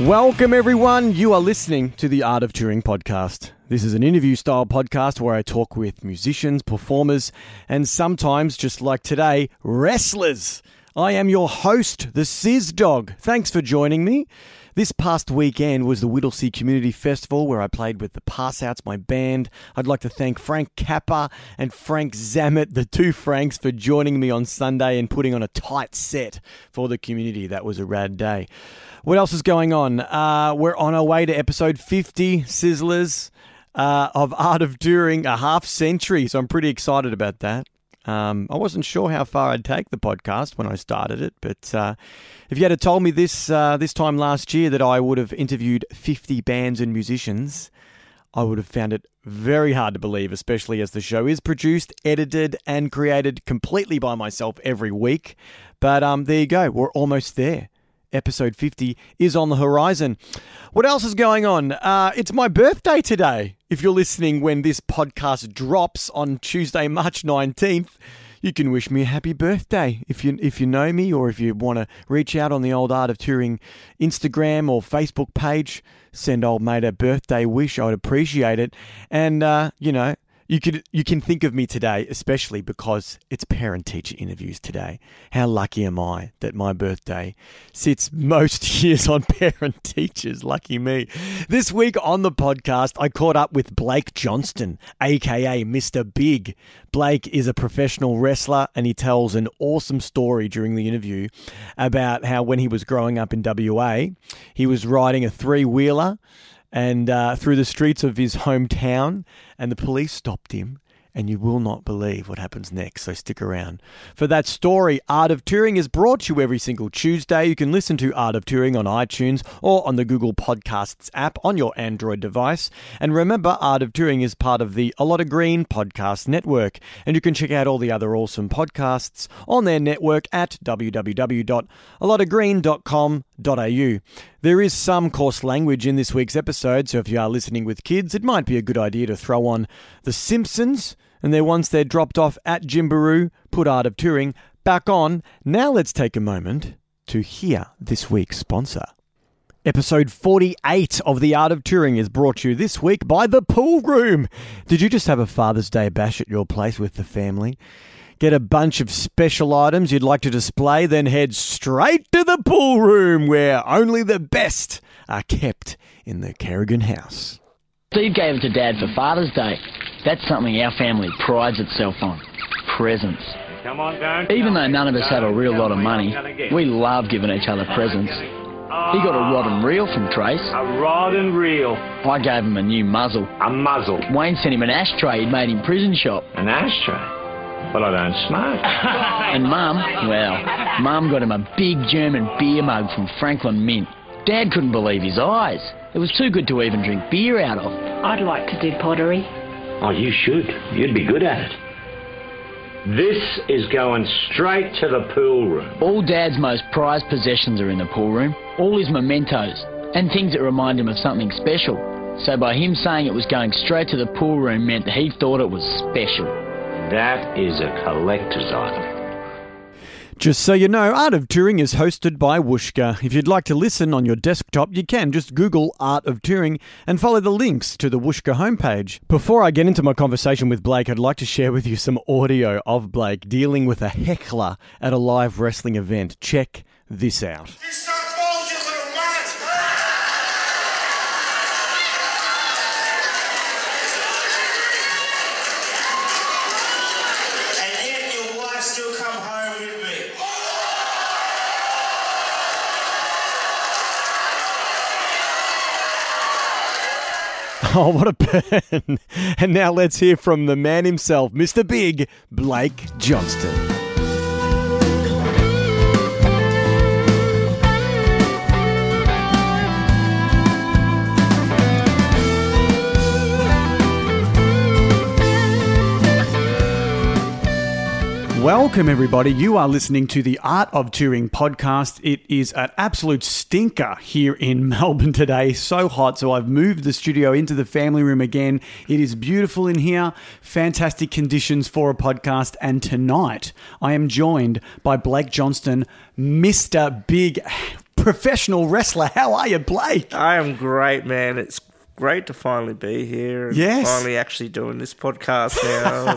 Welcome, everyone. You are listening to the Art of Touring podcast. This is an interview style podcast where I talk with musicians, performers, and sometimes, just like today, wrestlers. I am your host, the Sizz Dog. Thanks for joining me. This past weekend was the Whittlesea Community Festival where I played with the Passouts, my band. I'd like to thank Frank Kappa and Frank Zammit, the two Franks, for joining me on Sunday and putting on a tight set for the community. That was a rad day. What else is going on? Uh, we're on our way to episode 50, Sizzlers, uh, of Art of During, a half century. So I'm pretty excited about that. Um, I wasn't sure how far I'd take the podcast when I started it, but uh, if you had told me this uh, this time last year that I would have interviewed 50 bands and musicians, I would have found it very hard to believe, especially as the show is produced, edited, and created completely by myself every week. But um, there you go, we're almost there. Episode 50 is on the horizon. What else is going on? Uh, it's my birthday today. If you're listening when this podcast drops on Tuesday, March 19th, you can wish me a happy birthday if you if you know me or if you want to reach out on the old Art of Touring Instagram or Facebook page, send old mate a birthday wish. I'd appreciate it. And uh, you know, you could you can think of me today, especially because it's parent teacher interviews today. How lucky am I that my birthday sits most years on parent teachers? Lucky me. This week on the podcast, I caught up with Blake Johnston, aka Mr. Big. Blake is a professional wrestler and he tells an awesome story during the interview about how when he was growing up in WA, he was riding a three wheeler and uh, through the streets of his hometown, and the police stopped him. And you will not believe what happens next, so stick around. For that story, Art of Touring is brought to you every single Tuesday. You can listen to Art of Touring on iTunes or on the Google Podcasts app on your Android device. And remember, Art of Touring is part of the A Lot of Green podcast network. And you can check out all the other awesome podcasts on their network at www.alotofgreen.com.au. There is some coarse language in this week's episode, so if you are listening with kids, it might be a good idea to throw on The Simpsons and then once they're dropped off at Jimbaroo, put Art of Touring back on. Now let's take a moment to hear this week's sponsor. Episode 48 of The Art of Touring is brought to you this week by The Pool Room. Did you just have a Father's Day bash at your place with the family? Get a bunch of special items you'd like to display, then head straight to the pool room where only the best are kept in the Kerrigan house. Steve gave it to Dad for Father's Day. That's something our family prides itself on. Presents. Come on down. Even though none of us have a real lot of money, we love giving each other presents. He got a rod and reel from Trace. A rod and reel. I gave him a new muzzle. A muzzle. Wayne sent him an ashtray he'd made in prison shop. An ashtray. But I don't smoke. And Mum, well, Mum got him a big German beer mug from Franklin Mint. Dad couldn't believe his eyes. It was too good to even drink beer out of. I'd like to do pottery. Oh, you should. You'd be good at it. This is going straight to the pool room. All Dad's most prized possessions are in the pool room, all his mementos, and things that remind him of something special. So by him saying it was going straight to the pool room meant he thought it was special. That is a collector's item. Just so you know, Art of Touring is hosted by Wooshka. If you'd like to listen on your desktop, you can just Google Art of Touring and follow the links to the Wooshka homepage. Before I get into my conversation with Blake, I'd like to share with you some audio of Blake dealing with a heckler at a live wrestling event. Check this out. You start balls, you little monster! And yet your wife still come home with me. Oh, what a burn. and now let's hear from the man himself, Mr. Big, Blake Johnston. Welcome, everybody. You are listening to the Art of Touring podcast. It is an absolute stinker here in Melbourne today. So hot. So I've moved the studio into the family room again. It is beautiful in here. Fantastic conditions for a podcast. And tonight I am joined by Blake Johnston, Mr. Big. professional wrestler. How are you, Blake? I am great, man. It's great to finally be here. And Yes. Finally, actually doing this podcast now.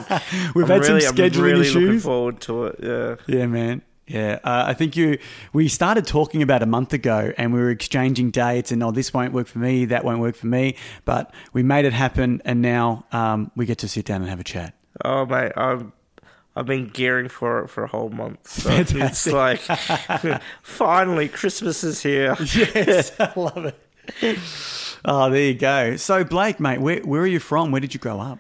We've I'm had some really, scheduling I'm really Looking issues. forward to it. Yeah. Yeah, man. Yeah, uh, I think you. We started talking about a month ago, and we were exchanging dates, and oh, this won't work for me, that won't work for me. But we made it happen, and now um, we get to sit down and have a chat. Oh, mate. I'm. I've been gearing for it for a whole month. So it's like, finally, Christmas is here. Yes, I love it. Oh, there you go. So, Blake, mate, where, where are you from? Where did you grow up?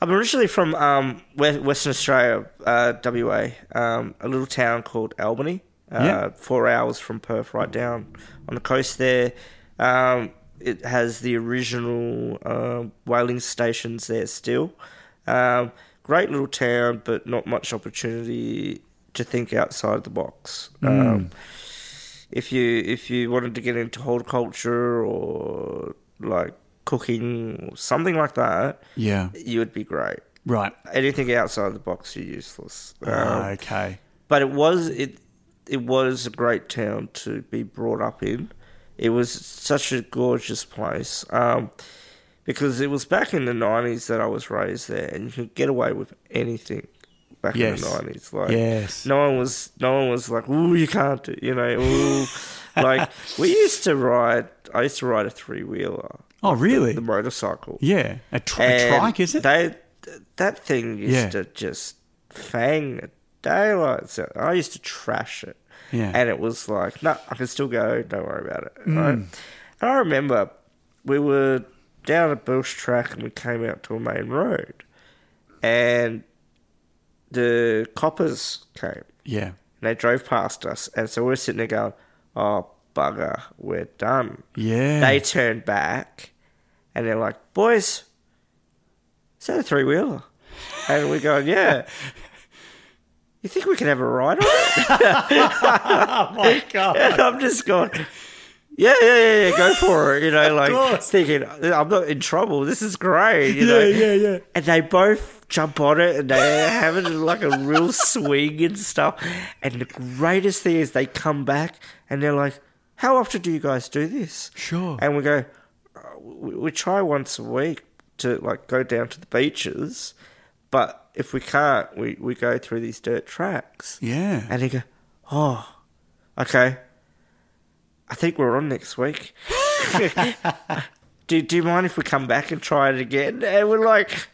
I'm originally from um, we- Western Australia, uh, WA, um, a little town called Albany, uh, Yeah. four hours from Perth, right down on the coast there. Um, it has the original um whaling stations there still. Um, great little town, but not much opportunity to think outside the box. Um, if you if you wanted to get into horticulture or like cooking or something like that, Yeah, you would be great. right. Anything outside the box, you're useless. Um, okay. But it was it it was a great town to be brought up in. It was such a gorgeous place um, because it was back in the nineties that I was raised there, and you could get away with anything back in Yes. the nineties. Like Yes. no one was no one was like, "Ooh, you can't do," you know. Ooh. like we used to ride. I used to ride a three wheeler, Oh, really? the motorcycle. yeah, a, tri- a And trike is it? They, th- that thing used Yeah. to just fang the daylights out. I used to trash it. Yeah. Mm. And it was like, no, I can still go. Don't worry about it. Right? And I remember we were down a bush track and we came out to a main road. And the coppers came yeah, and they drove past us. And so we were sitting there going, oh, bugger, we're done. yeah. They turned back and they're like, boys, is that a three wheeler? And we're going, yeah. You think we can have a ride on it? Oh God. And I'm just going, yeah, yeah, yeah, yeah, go for it. You know, like course. thinking, I'm not in trouble. This is great. You know? yeah, yeah. And they both jump on it and they're having like a real swing and stuff. And the greatest thing is they come back and they're like, How often do you guys do this? Sure. And we go, "Uh, We we try once a week to like go down to the beaches, but if we can't, we, we go through these dirt tracks. Yeah. And they go, Oh, okay. I think we're on next week. do, do you mind if we come back and try it again? And we're like,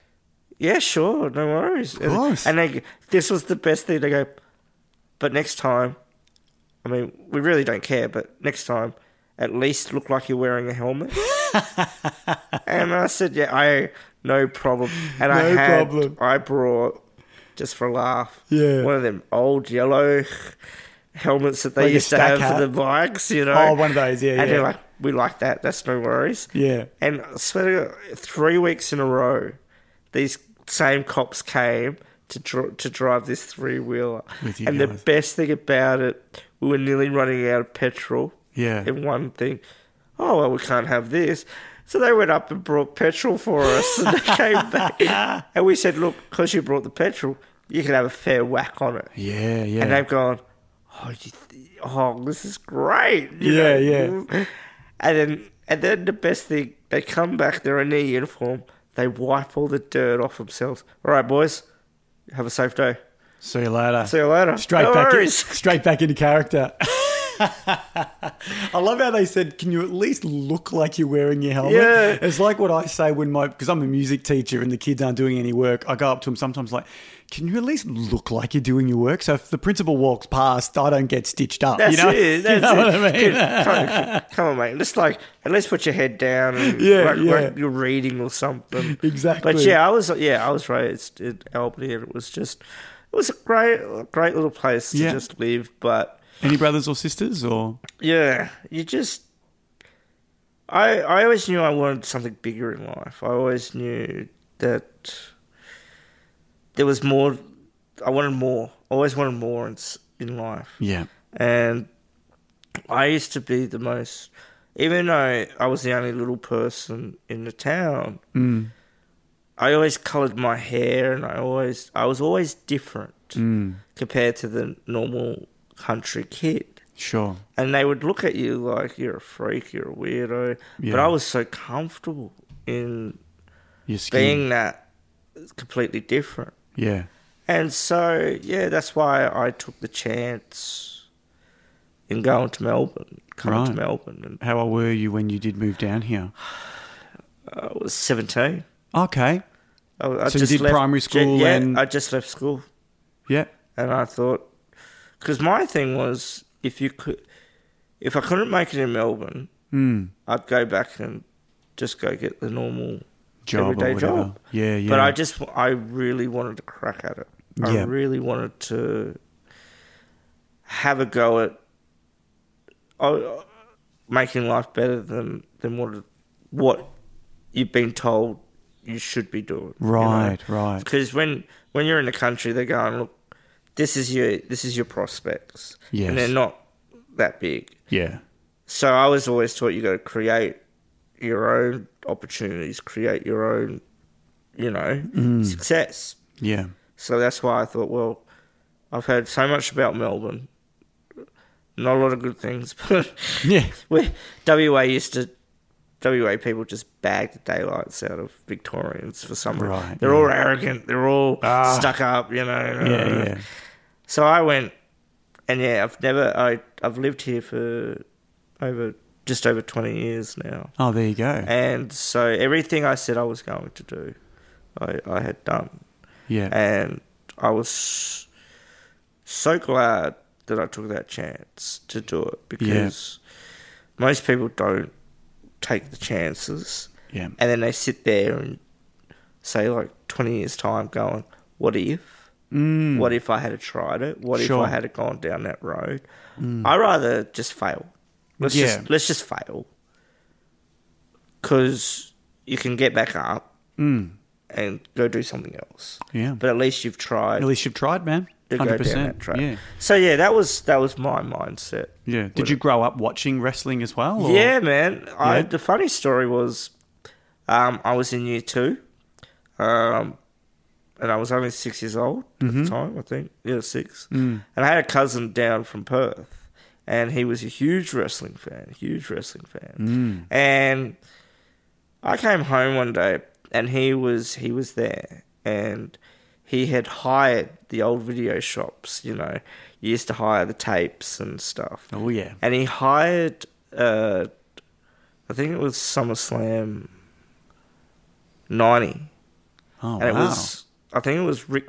yeah, sure, no worries. Of course. And they, this was the best thing. They go, but next time, I mean, we really don't care, but next time, at least look like you're wearing a helmet. and I said, yeah, I no problem. And I No had, problem. I brought just for a laugh. Yeah. one of them old yellow helmets that they Like a used to stack have hat? for the bikes. You know, Oh, one of those, yeah, And yeah. they're like, we like that. That's no worries. Yeah. And I swear to God, three weeks in a row, these same cops came to dr- to drive this three wheeler. With you And guys. the best thing about it, we were nearly running out of petrol. Yeah. In one thing, oh well, we can't have this. So they went up and brought petrol for us, and they came back, and we said, "Look, because you brought the petrol, you can have a fair whack on it." Yeah, yeah. and they've gone, oh, you th- oh, this is great. you Yeah, know? And then, and then the best thing, they come back, they're in their uniform, they wipe all the dirt off themselves. All right, boys, have a safe day. See you later. See you later. Straight No back in, worries. straight back into character. I love how they said, "Can you at least look like you're wearing your helmet?" Yeah. It's like what I say when my because I'm a music teacher and the kids aren't doing any work. I go up to them sometimes like, "Can you at least look like you're doing your work?" So if the principal walks past, I don't get stitched up. That's you know? it. That's you know it. what I mean? Come, come on, mate. Let's like at least put your head down and Yeah, like, yeah. like you're reading or something. Exactly. But yeah, I was yeah, I was raised in Albany, and it was just it was a great great little place to Yeah. just live. But Any brothers or sisters or yeah, you just I I always knew I wanted something bigger in life. I always knew that there was more. I wanted more. I always wanted more in, s- in life yeah, and I used to be the most, even though I was the only little person in the town. I always coloured my hair, and I always I was always different compared to the normal country kid. Sure. and they would look at you like you're a freak, you're a weirdo. But Yeah. I was so comfortable in Your skin. being that completely different. yeah. And so, yeah, that's why I took the chance in going to Melbourne, coming to Right. Melbourne. And How old were you when you did move down here? I was 17. Okay. I, I So you did primary ju- school yeah, and- I just left school. Yeah. And I thought, because my thing was, if you could, if I couldn't make it in Melbourne, Mm. I'd go back and just go get the normal Job or everyday whatever. job. Yeah, yeah. But I just, I really wanted to crack at it. I Yeah. really wanted to have a go at oh, making life better than than what what you've been told you should be doing. Right, right. Because when when you're in the country, they're going, look, this is your this is your prospects. Yes. and they're not that big. Yeah. So I was always taught you got to create your own opportunities, create your own, you know, Mm. success. Yeah. So that's why I thought, well, I've heard so much about Melbourne. Not a lot of good things, but Yeah. we, WA used to, WA people just bag the daylights out of Victorians for some reason. Right, they're yeah. all arrogant. They're all Ah. stuck up, you know. Yeah. Yeah. So I went, and yeah, I've never, I, I've lived here for over, just over 20 years now. Oh, there you go. And so everything I said I was going to do, I, I had done Yeah. and I was so glad that I took that chance to do it because most people don't take the chances, Yeah. and then they sit there and say like twenty years time, going, "What if? Mm. What if I had tried it? What Sure. Mm. if I had have gone down that road? I rather just fail. Let's Yeah. just let's just fail because you can get back up." Mm. And go do something else. Yeah. But at least you've tried At least you've tried, man. to go down that Hundred percent. track. Yeah. So yeah, that was that was my mindset. Yeah. with Did you it. grow up watching wrestling as well? or- Yeah, man. I Yeah. the funny story was, um, I was in year two, um, and I was only six years old Mm-hmm. at the time. I think yeah, six. Mm. And I had a cousin down from Perth, and he was a huge wrestling fan, huge wrestling fan. Mm. And I came home one day, and he was he was there, and he had hired the old video shops. You know, you used to hire the tapes and stuff Oh yeah. and he hired uh I think it was SummerSlam ninety. Oh and it wow. was I think it was Rick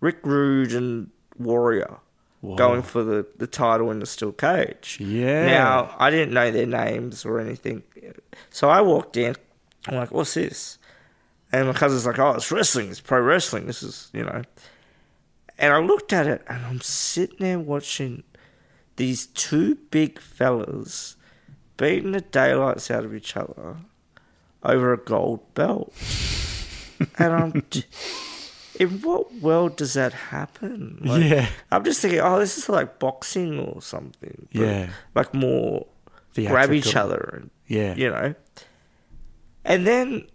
Rick Rude and Warrior Whoa. going for the, the title in the steel cage. Yeah. Now I didn't know their names or anything. So I walked in, I'm like, What's this? And my cousin's like, Oh, it's wrestling, it's pro wrestling, this is you know and I looked at it and I'm sitting there watching these two big fellas beating the daylights out of each other over a gold belt. and I'm. j- In what world does that happen? Like, Yeah. I'm just thinking, oh, this is like boxing or something. but, Yeah. Like more grab each Theatrical. other and Yeah. you know. And then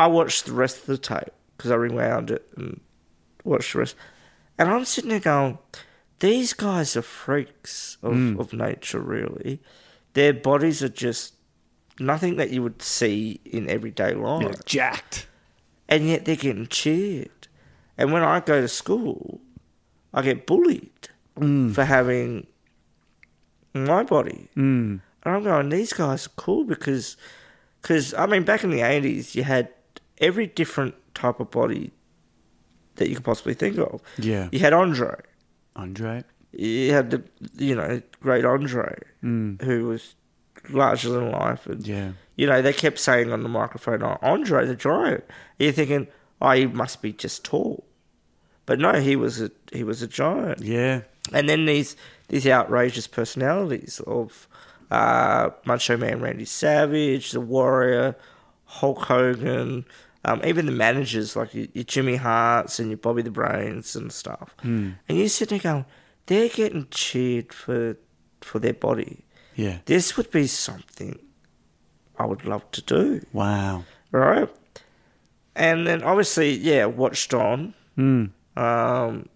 I watched the rest of the tape because I rewound it and watched the rest. And I'm sitting there going, these guys are freaks of, of nature, really. Their bodies are just nothing that you would see in everyday life. Yeah, Jacked. And yet they're getting cheered. And when I go to school, I get bullied for having my body. Mm. And I'm going, these guys are cool because, cause, I mean, back in the 80s, you had every different type of body that you could possibly think of. Yeah. You had Andre. Andre. You had the, you know, great Andre, who was larger than life. And, Mm. Yeah. You know, they kept saying on the microphone, oh, Andre the giant. You're thinking, oh, he must be just tall. But no, he was a he was a giant Yeah. and then these these outrageous personalities of uh, Macho Man Randy Savage, the Warrior, Hulk Hogan, um, even the managers like your, your Jimmy Hearts and your Bobby the Brains and stuff. Mm. And you sit there going, they're getting cheered for for their body. Yeah. This would be something I would love to do Wow. right? And then obviously, yeah, watched on. Um,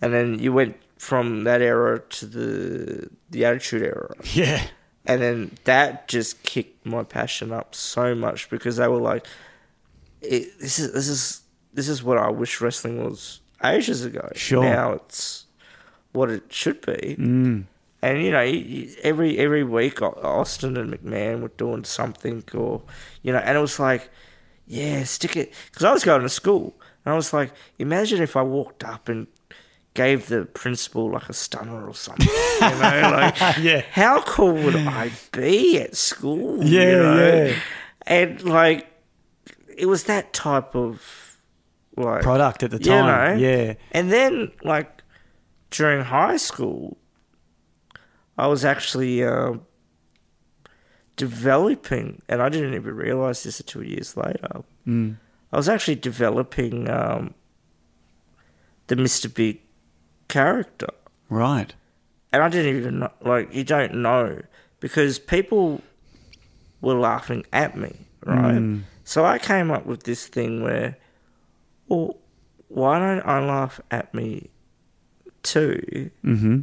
and then you went from that era to the the Attitude era, Yeah. and then that just kicked my passion up so much because they were like, it, "This is this is this is what I wish wrestling was ages ago." Sure. now it's what it should be. Mm. And you know, you- you- every every week Au- Austin and McMahon were doing something, or you know, and it was like, yeah, stick it. Because I was going to school, and I was like, imagine if I walked up and gave the principal like a stunner or something. you know, like, Yeah. how cool would I be at school? you Yeah, know? yeah. And like, it was that type of like Product at the you time. know? Yeah. And then like during high school, I was actually um, developing, and I didn't even realize this until years later. Mm. I was actually developing um, the Mr. Big character Right. and I didn't even know, like you don't know because people were laughing at me, right? So I came up with this thing where, well, why don't I laugh at me too, Mm-hmm.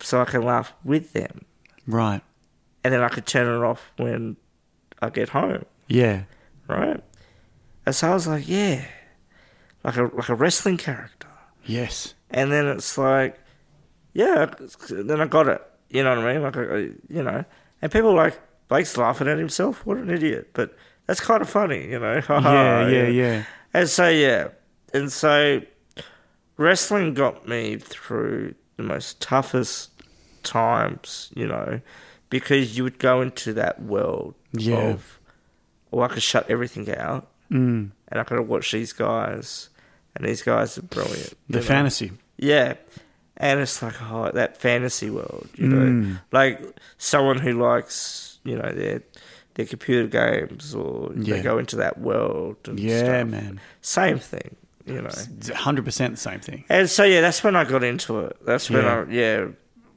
so I can laugh with them, Right. and then I could turn it off when I get home, Yeah. right? And so I was like, yeah, like a like a wrestling character. Yes. and then it's like, yeah, then I got it. You know what I mean? Like, I, I- you know, and people are like Blake's laughing at himself. What an idiot! But that's kind of funny, you know. Yeah, yeah, yeah. And so yeah, and so wrestling got me through the most toughest times, you know, because you would go into that world Yeah. of, oh, I could shut everything out, mm. and I could watch these guys, and these guys are brilliant. The you know? fantasy. Yeah. And it's like, oh, that fantasy world, you know, Mm. like someone who likes, you know, their their computer games or Yeah. they go into that world. And Yeah, stuff. man. Same thing, you know. It's 100% the same thing. And so yeah, that's when I got into it. That's when Yeah. I yeah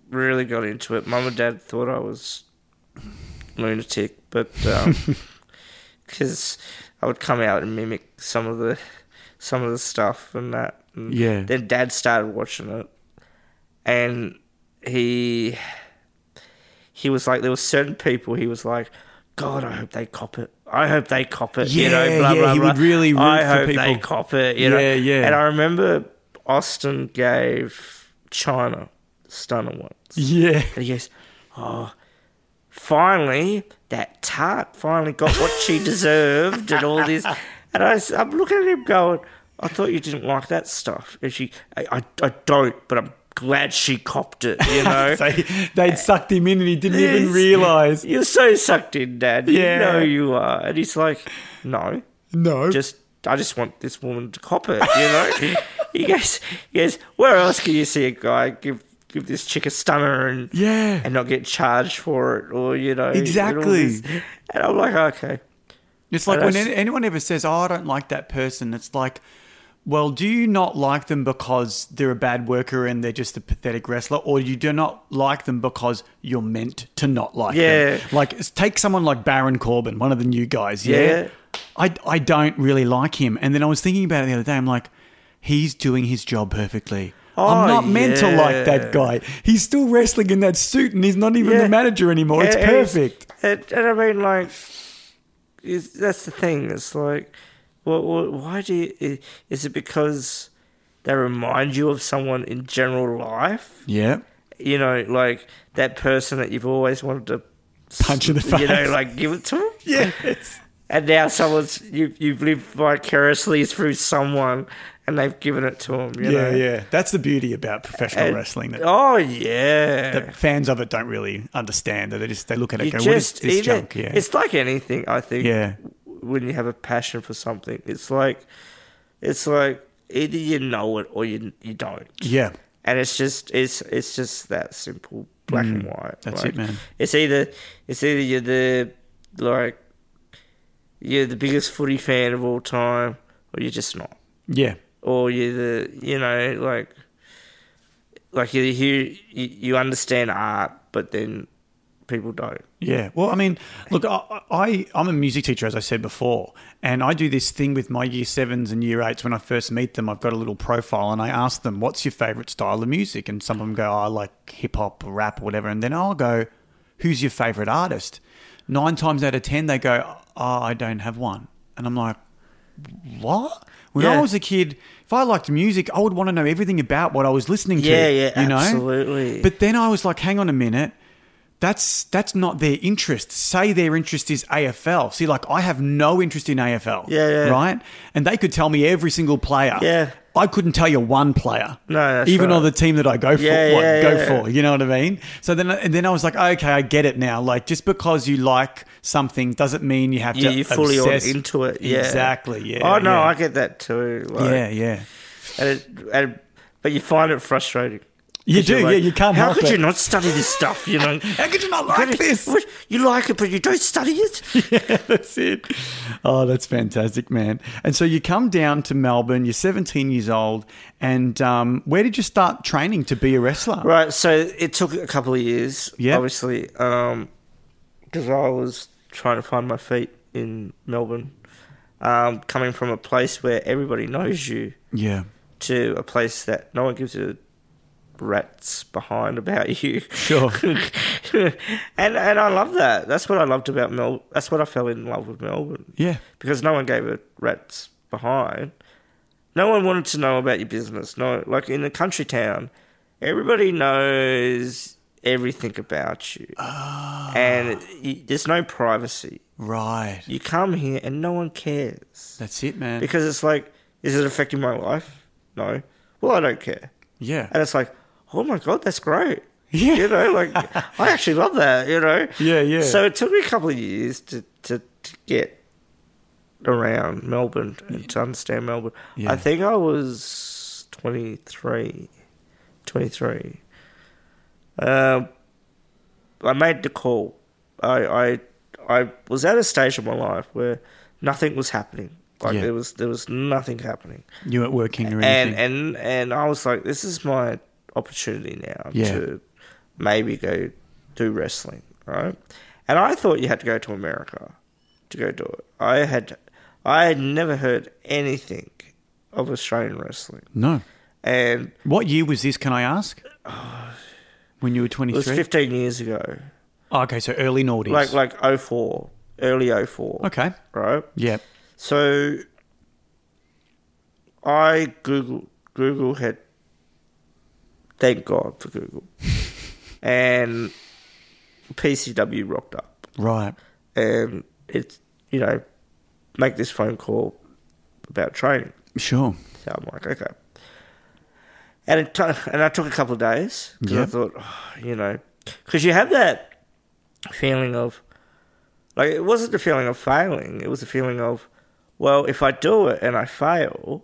really got into it. Mum and Dad thought I was lunatic, but because I would come out and mimic some of the some of the stuff and that. And Yeah. Then Dad started watching it, and he he was like, there were certain people he was like. God, I hope they cop it. I hope they cop it. you Yeah, know, blah, yeah, blah, he blah. would really root I for hope they people. cop it. You know? Yeah, yeah. And I remember Austin gave China Stunner once. Yeah. And he goes, Oh, finally, that tart finally got what she deserved and all this. And I, am looking at him going, I thought you didn't like that stuff. And she, I, I, I don't, but I'm glad she copped it, you know? So they'd sucked him in and he didn't even Yes. realize. You're so sucked in, Dad. Yeah. You know you are. And he's like, No No. just I just want this woman to cop it, you know. he goes, he goes, where else can you see a guy give give this chick a stunner and Yeah. and not get charged for it, or you know, and all Exactly. this. And I'm like, okay, It's like And when an- that's- anyone ever says, "Oh, I don't like that person," it's like, "Well, do you not like them because they're a bad worker and they're just a pathetic wrestler, or you do not like them because you're meant to not like them?" Yeah. Like, s- take someone like Baron Corbin, one of the new guys. Yeah, Yeah. I I don't really like him, and then I was thinking about it the other day. I'm like, he's doing his job perfectly. I'm Oh, not meant to like that yeah. guy. He's still wrestling in that suit, and he's not even Yeah. the manager anymore. Oh, It's And- and perfect. And, and I mean, like, it's, that's the thing. It's like, well, well, why do you? i- Is it because they remind you of someone in general life? Yeah. you know, like that person that you've always wanted to Punch in the face. You know, like give it to 'em. Yes. And now someone's you you've lived vicariously through someone, and they've given it to them. You Yeah, know? yeah. That's the beauty about professional And- wrestling that, Oh yeah. that fans of it don't really understand. That they just they look at it you and go, just "What is this either- junk?" Yeah, It's like anything. I think. Yeah. When you have a passion for something, it's like, it's like either you know it or you you don't. yeah, and it's just it's it's just that simple black and white Mm, that's Like, it, man. it's either it's either you're the like you're the biggest footy fan of all time or you're just not yeah, or you're the you know like like you're here you, you understand art but then people don't. Yeah. Well, I mean, look, I, I I'm a music teacher, as I said before, and I do this thing with my year sevens and year eights when I first meet them. I've got a little profile, and I ask them, "What's your favorite style of music?" And some of them go, oh, "I like hip hop, rap, or whatever," and then I'll go, "Who's your favorite artist?" Nine times out of ten, they go, oh, "I don't have one," and I'm like, "What?" When I Yeah. was a kid, if I liked music, I would want to know everything about what I was listening to. Yeah, yeah, you know? absolutely. But then I was like, hang on a minute. That's that's not their interest. Say their interest is AFL. See, like I have no interest in AFL. Yeah, yeah. Right? And they could tell me every single player. Yeah. I couldn't tell you one player. No, that's even right. on the team that I go for, Yeah, what, yeah, go yeah. for. You know what I mean? So then, and then I was like, okay, I get it now. Like just because you like something doesn't mean you have Yeah, to. you're fully on obsess- into it. Yeah, exactly. Yeah. Oh no, yeah. I get that too. Like, yeah, yeah. And it, and it- but you find it frustrating. You 'Cause you're do, like, yeah. You can't How help could it. you not study this stuff? You know. How could you not like this? What- You like it, but you don't study it. yeah, that's it. Oh, that's fantastic, man. And so you come down to Melbourne, you're 17 years old, and um, where did you start training to be a wrestler? Right. So it took a couple of years. Yeah. Obviously, because I was trying to find my feet in Melbourne, um, coming from a place where everybody knows you Yeah. to a place that no one gives a rat's behind about you. Sure. and and I love that. That's what I loved about Mel. That's what I fell in love with Melbourne. Yeah. Because no one gave a rat's behind. No one wanted to know about your business. No, like in a country town, everybody knows everything about you, and you, there's no privacy. Right. You come here and no one cares That's it, man. because it's like, is it affecting my life? No. Well, I don't care. yeah. And it's like, oh my god, that's great. Yeah. You know, like I actually love that. You know. Yeah, yeah. So it took me a couple of years to to, to get around Melbourne and to understand Melbourne. Yeah. I think I was 23. 23. Um, I made the call. I I I was at a stage of my life where nothing was happening. Like Yeah. there was there was nothing happening You weren't working or and anything. and and I was like, this is my opportunity now Yeah. to maybe go do wrestling, right? And I thought you had to go to America to go do it. I had I had never heard anything of Australian wrestling, no. and What year was this, can I ask? When you were it was 23? fifteen years ago, Oh, okay, so early noughties. like like 04, early 04. okay. right? Yeah. So I Google Google had thank God for Google. and PCW rocked up. Right. And it's you know, make this phone call about training. Sure. So I'm like, okay. And it t- and I took a couple of days because I Yep. thought, "Oh, you know, because you have that feeling of like it wasn't the feeling of failing; it was the feeling of, well, if I do it and I fail,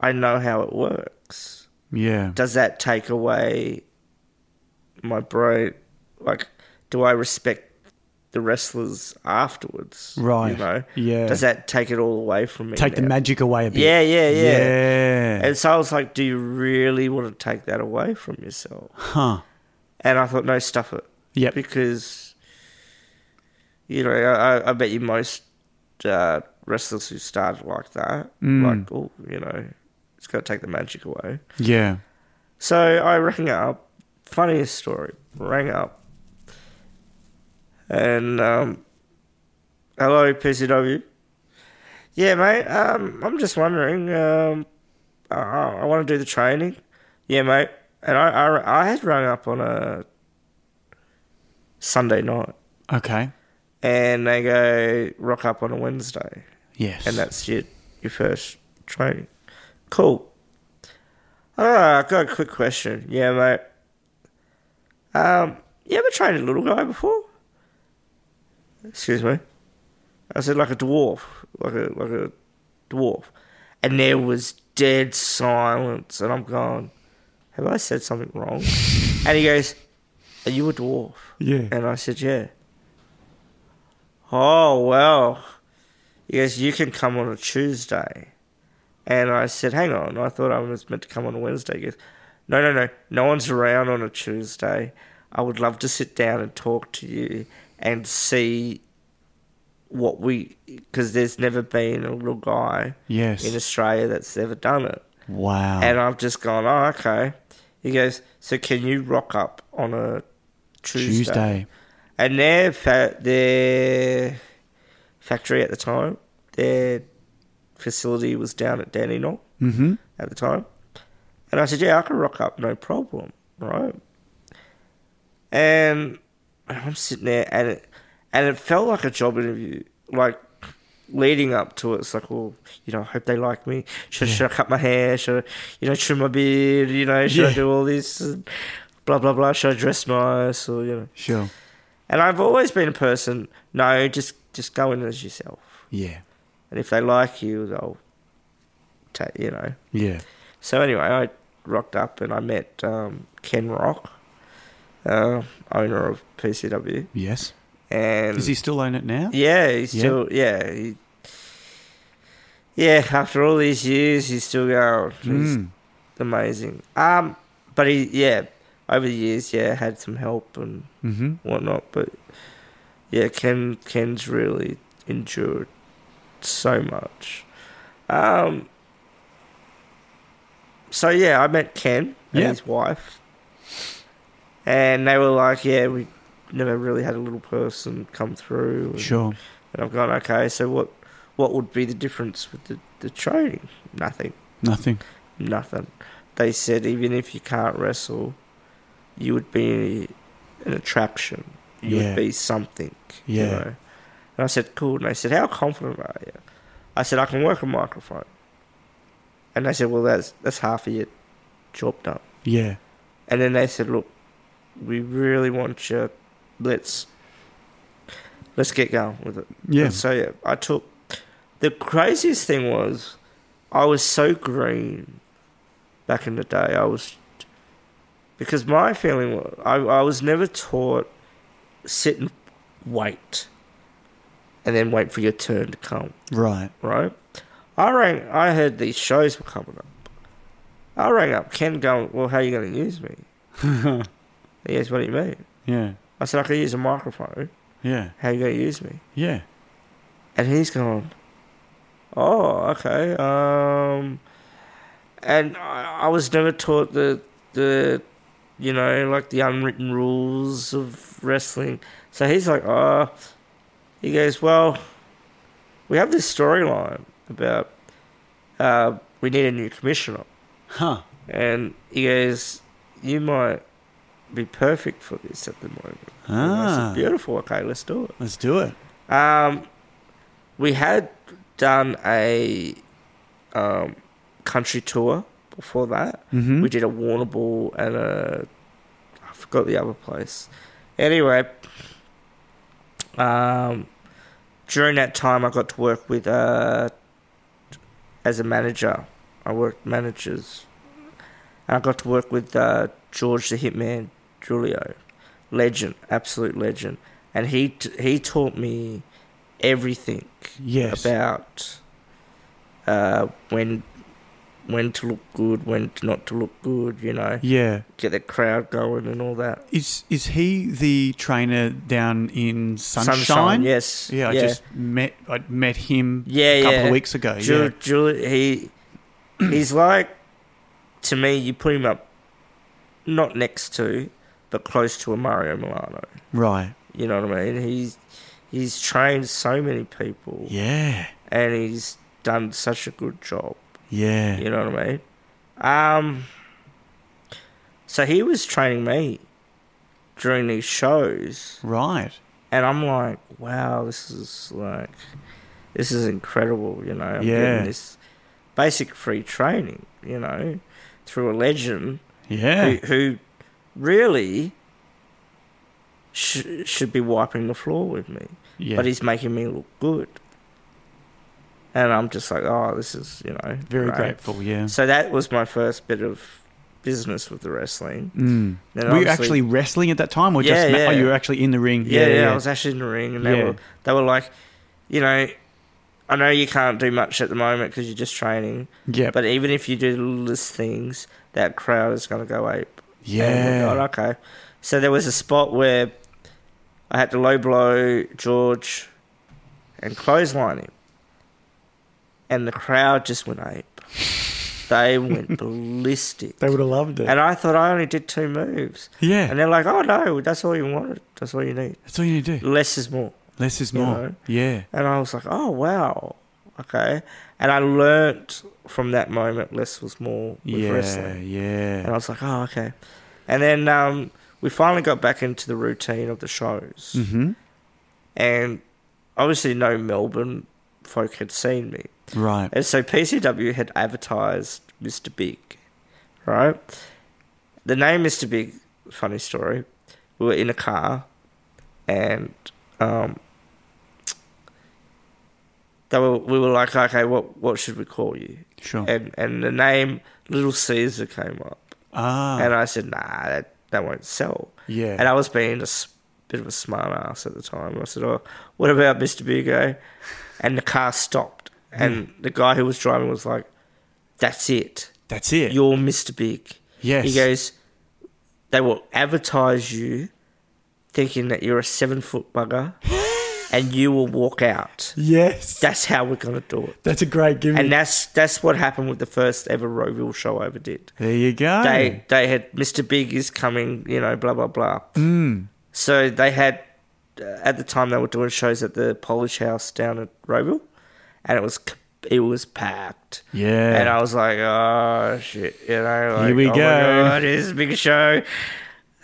I know how it works. Yeah. Does that take away my brain? Like, do I respect the wrestlers afterwards? Right. You know. Yeah. Does that take it all away from me? Take the now? magic away a bit. Yeah, yeah, yeah. Yeah. And so I was like, do you really want to take that away from yourself? huh. And I thought, no, stuff it. Yep. Because, you know, I, I- I bet you most uh, wrestlers who started like that, Mm. like, oh, you know, it's going to take the magic away. Yeah. So I rang up. Funniest story. Rang up. And, um, hello, PCW. Yeah, mate. Um, I'm just wondering. Um, I, I want to do the training. Yeah, mate. And I, I, I had rung up on a Sunday night, Okay. and they go rock up on a Wednesday Yes. and that's your your first training. Cool. Ah, I got a quick question. Yeah, mate. Um, you ever trained a little guy before? Excuse me. I said like a dwarf, like a like a dwarf, and there was dead silence, and I'm going, have I said something wrong? and he goes, are you a dwarf? Yeah. And I said, yeah. Oh well. He goes, You can come on a Tuesday. And I said, Hang on. I thought I was meant to come on a Wednesday. He goes, No, no, no. No one's around on a Tuesday. I would love to sit down and talk to you and see what we because there's never been a real guy Yes. Ah. in Australia that's ever done it. Wow. And I've just gone, oh, okay. He goes, so can you rock up on a Tuesday? Tuesday. And their fa- their factory at the time, their facility was down at Dandenong Mm-hmm. at the time. And I said, yeah, I can rock up, no problem, right? And I'm sitting there, and it, and it felt like a job interview, like leading up to it. It's like, well, you know, I hope they like me. Should, should I cut my hair? Should I, you know, trim my beard? You know, should I Yeah. do all this? And blah blah blah. Should I dress nice? Or you know, Sure. and I've always been a person. No, just just go in as yourself, Yeah. and if they like you, they'll, ta you know, Yeah. so anyway, I rocked up and I met um, Ken Rock, uh, owner of PCW, Yes. and Does he still own it now? yeah, he's Yeah. still yeah, he, yeah. After all these years, he's still going. He's Mm. amazing. Um, but he yeah, over the years, yeah, had some help and Mm-hmm. whatnot. But yeah, Ken Ken's really endured so much. Um. So yeah, I met Ken and Yeah. his wife, and they were like, "Yeah, we never really had a little person come through." And, Sure. And I've gone, "Okay, so what? What would be the difference with the the training? Nothing, Nothing. nothing." They said, "Even if you can't wrestle, you would be an attraction." you Yeah. would be something. You Yeah. know? And I said, cool. And they said, how confident are you? I said, I can work a microphone. And they said, well, that's that's half of your job done. Yeah. And then they said, look, we really want you. Let's let's get going with it. Yeah. And so yeah, I took. The craziest thing was, I was so green. Back in the day, I was because my feeling was I, I was never taught sit and wait, and then wait for your turn to come Right. right? I rang. I heard these shows were coming up. I rang up Ken, going, "Well, how are you going to use me?" he goes, "What do you mean?" Yeah. I said, "I can use a microphone. Yeah. How are you going to use me?" Yeah. And he's going, "Oh, okay." Um, and I, I was never taught the the, you know, like the unwritten rules of wrestling. So he's like, "Oh," he goes, "Well, we have this storyline about uh, we need a new commissioner." Huh. And he goes, You might be perfect for this at the moment. And I Ah. said, Beautiful. Okay, let's do it. Let's do it. Um, we had done a um, country tour before that. Mm-hmm. We did a Warrnambool and a. I forgot the other place. Anyway, um, during that time, I got to work with. Uh, as a manager, I worked managers. And I got to work with uh, George the Hitman Julio. Legend, absolute legend. And he, t- he taught me everything Yes. about uh, when when to look good, when to not to look good, you know, Yeah. get the crowd going and all that. Is is he the trainer down in Sunshine? yes, Yeah, I just met I met him yeah, a couple yeah. of weeks ago. Ju- Oh, Yeah. Ju- he he's like to me. You put him up not next to, but close to a Mario Milano. Right. You know what I mean? He's he's trained so many people, Yeah. and he's done such a good job. Yeah. You know what I mean? Um, so he was training me during these shows, Right. and I'm like, wow, this is like, this is incredible. You know, I'm Yeah. getting this basic free training. You know, through a legend Yeah. who, who really sh- should be wiping the floor with me, yeah. but he's making me look good. And I'm just like, oh, this is, you know, very great. grateful. Yeah. So that was my first bit of business with the wrestling. Mm. Then Were you obviously- actually wrestling at that time, or Yeah, just ma- yeah. oh, you were actually in the ring? Yeah, yeah, I was actually in the ring, and they Yeah. were they were like, you know, I know you can't do much at the moment because you're just training, yeah. but even if you do all these things, that crowd is going to go ape. yeah. And I went, "Oh, okay. So there was a spot where I had to low blow George and clothesline him. And the crowd just went ape. They went ballistic. They would have loved it. and I thought I only did two moves. yeah, And they're like, oh no, that's all you wanted. That's all you need. that's all you need to do. Less is more. Less is You more. know? Yeah. And I was like, oh, wow. Okay. And I learnt from that moment less was more with yeah, wrestling. And I yeah. was like, oh, okay. And then um, we finally got back into the routine of the shows. hmm And obviously, no Melbourne folk had seen me. Right. And so PCW had advertised Mr. Big, right? The name Mr. Big, funny story. We were in a car and um, they were, we were like, okay, what, what should we call you? Sure. And, and the name Little Caesar came up. ah. And I said, nah, that, that won't sell. yeah. And I was being a s- bit of a smart ass at the time. I said, Oh, what about Mr. Bugo? And the car stopped. And Hmm. the guy who was driving was like, That's it. That's it. You're Mr. Big. yes. He goes, They will advertise you thinking that you're a seven foot bugger and you will walk out. Yes. That's how we're going to do it. that's a great gimmick. And that's that's what happened with the first ever Roeville show I ever did there you go. they they had Mr. Big is coming, you know, blah blah blah. Mm. So they had uh, at the time they were doing shows at the Polish House down at Roeville, and it was c- it was packed. Yeah. and I was like, oh shit, you know, like, Here we oh my go. God, it's a big show.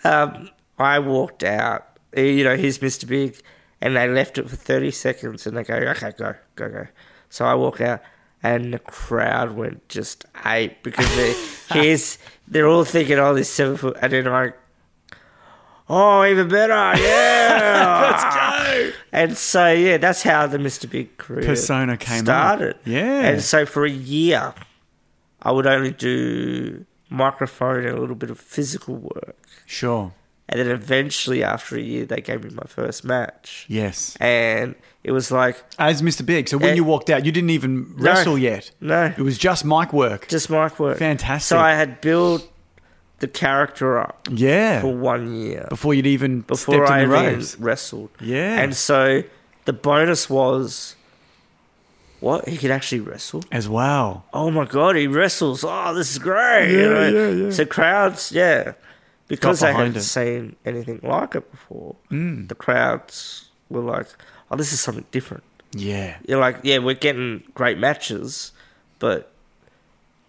Um, I walked out. You know, here's Mr. Big, and they left it for thirty seconds, and they go, okay, go, go, go. So I walk out, and the crowd went just ape because they here's they're all thinking, oh, this seven foot, and then I'm like, oh, even better, yeah, let's go. And so yeah, that's how the Mr. Big career Persona came up. started. Yeah. and so for a year, I would only do microphone and a little bit of physical work. sure. And then eventually, after a year, they gave me my first match. Yes. And it was like, As Mr. Big. So when Eh. you walked out, you didn't even wrestle yet. no, It was just mic work. just mic work. Fantastic. So I had built the character up yeah. for one year before you'd even before stepped I in the even ropes. wrestled. Yeah. And so the bonus was, what? He could actually wrestle? As well. Oh my God, he wrestles. Oh, this is great. you Yeah, know? yeah, yeah. So crowds, yeah. Because they behind hadn't it. Mm. seen anything like it before, the crowds were like, oh, this is something different. Yeah. you're like, yeah, we're getting great matches, but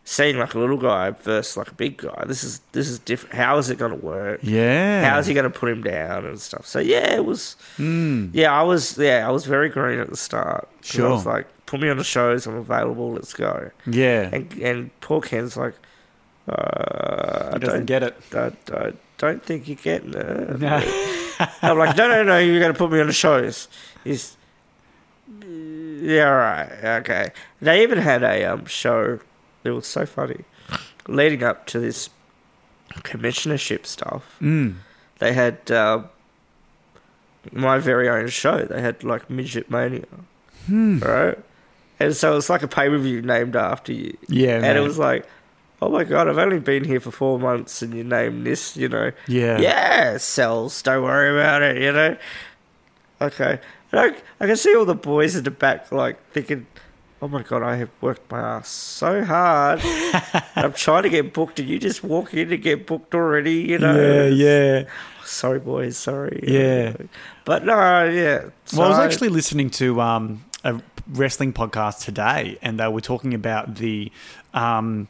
seeing like a little guy versus like a big guy, this is this is different. How is it going to work? Yeah. How's he going to put him down and stuff? So yeah, it was. Mm. Yeah, I was. Yeah, I was very green at the start. 'Cause Sure. I was like, put me on the shows. I'm available. Let's go. Yeah. And and poor Ken's like, uh, he doesn't don't- get it. I, I don't think you're getting it. No. I'm like, no, no, no, you're going to put me on the shows. He's, yeah, all right, okay. They even had a um, show that was so funny leading up to this commissionership stuff. Mm. They had um my very own show. They had like Midget Mania, Hmm. right? And so it's like a pay per view named after you. Yeah. And it was like, oh my god, I've only been here for four months, and you name this, you know? Yeah. yeah, it sells. Don't worry about it, you know. Okay, and I, I can see all the boys in the back like thinking, oh my god, I have worked my ass so hard. I'm trying to get booked, and you just walk in and get booked already, you yeah. know? Yeah. Sorry, boys. Sorry. Yeah. But no, yeah. So well, I was actually listening to um, a wrestling podcast today, and they were talking about the um,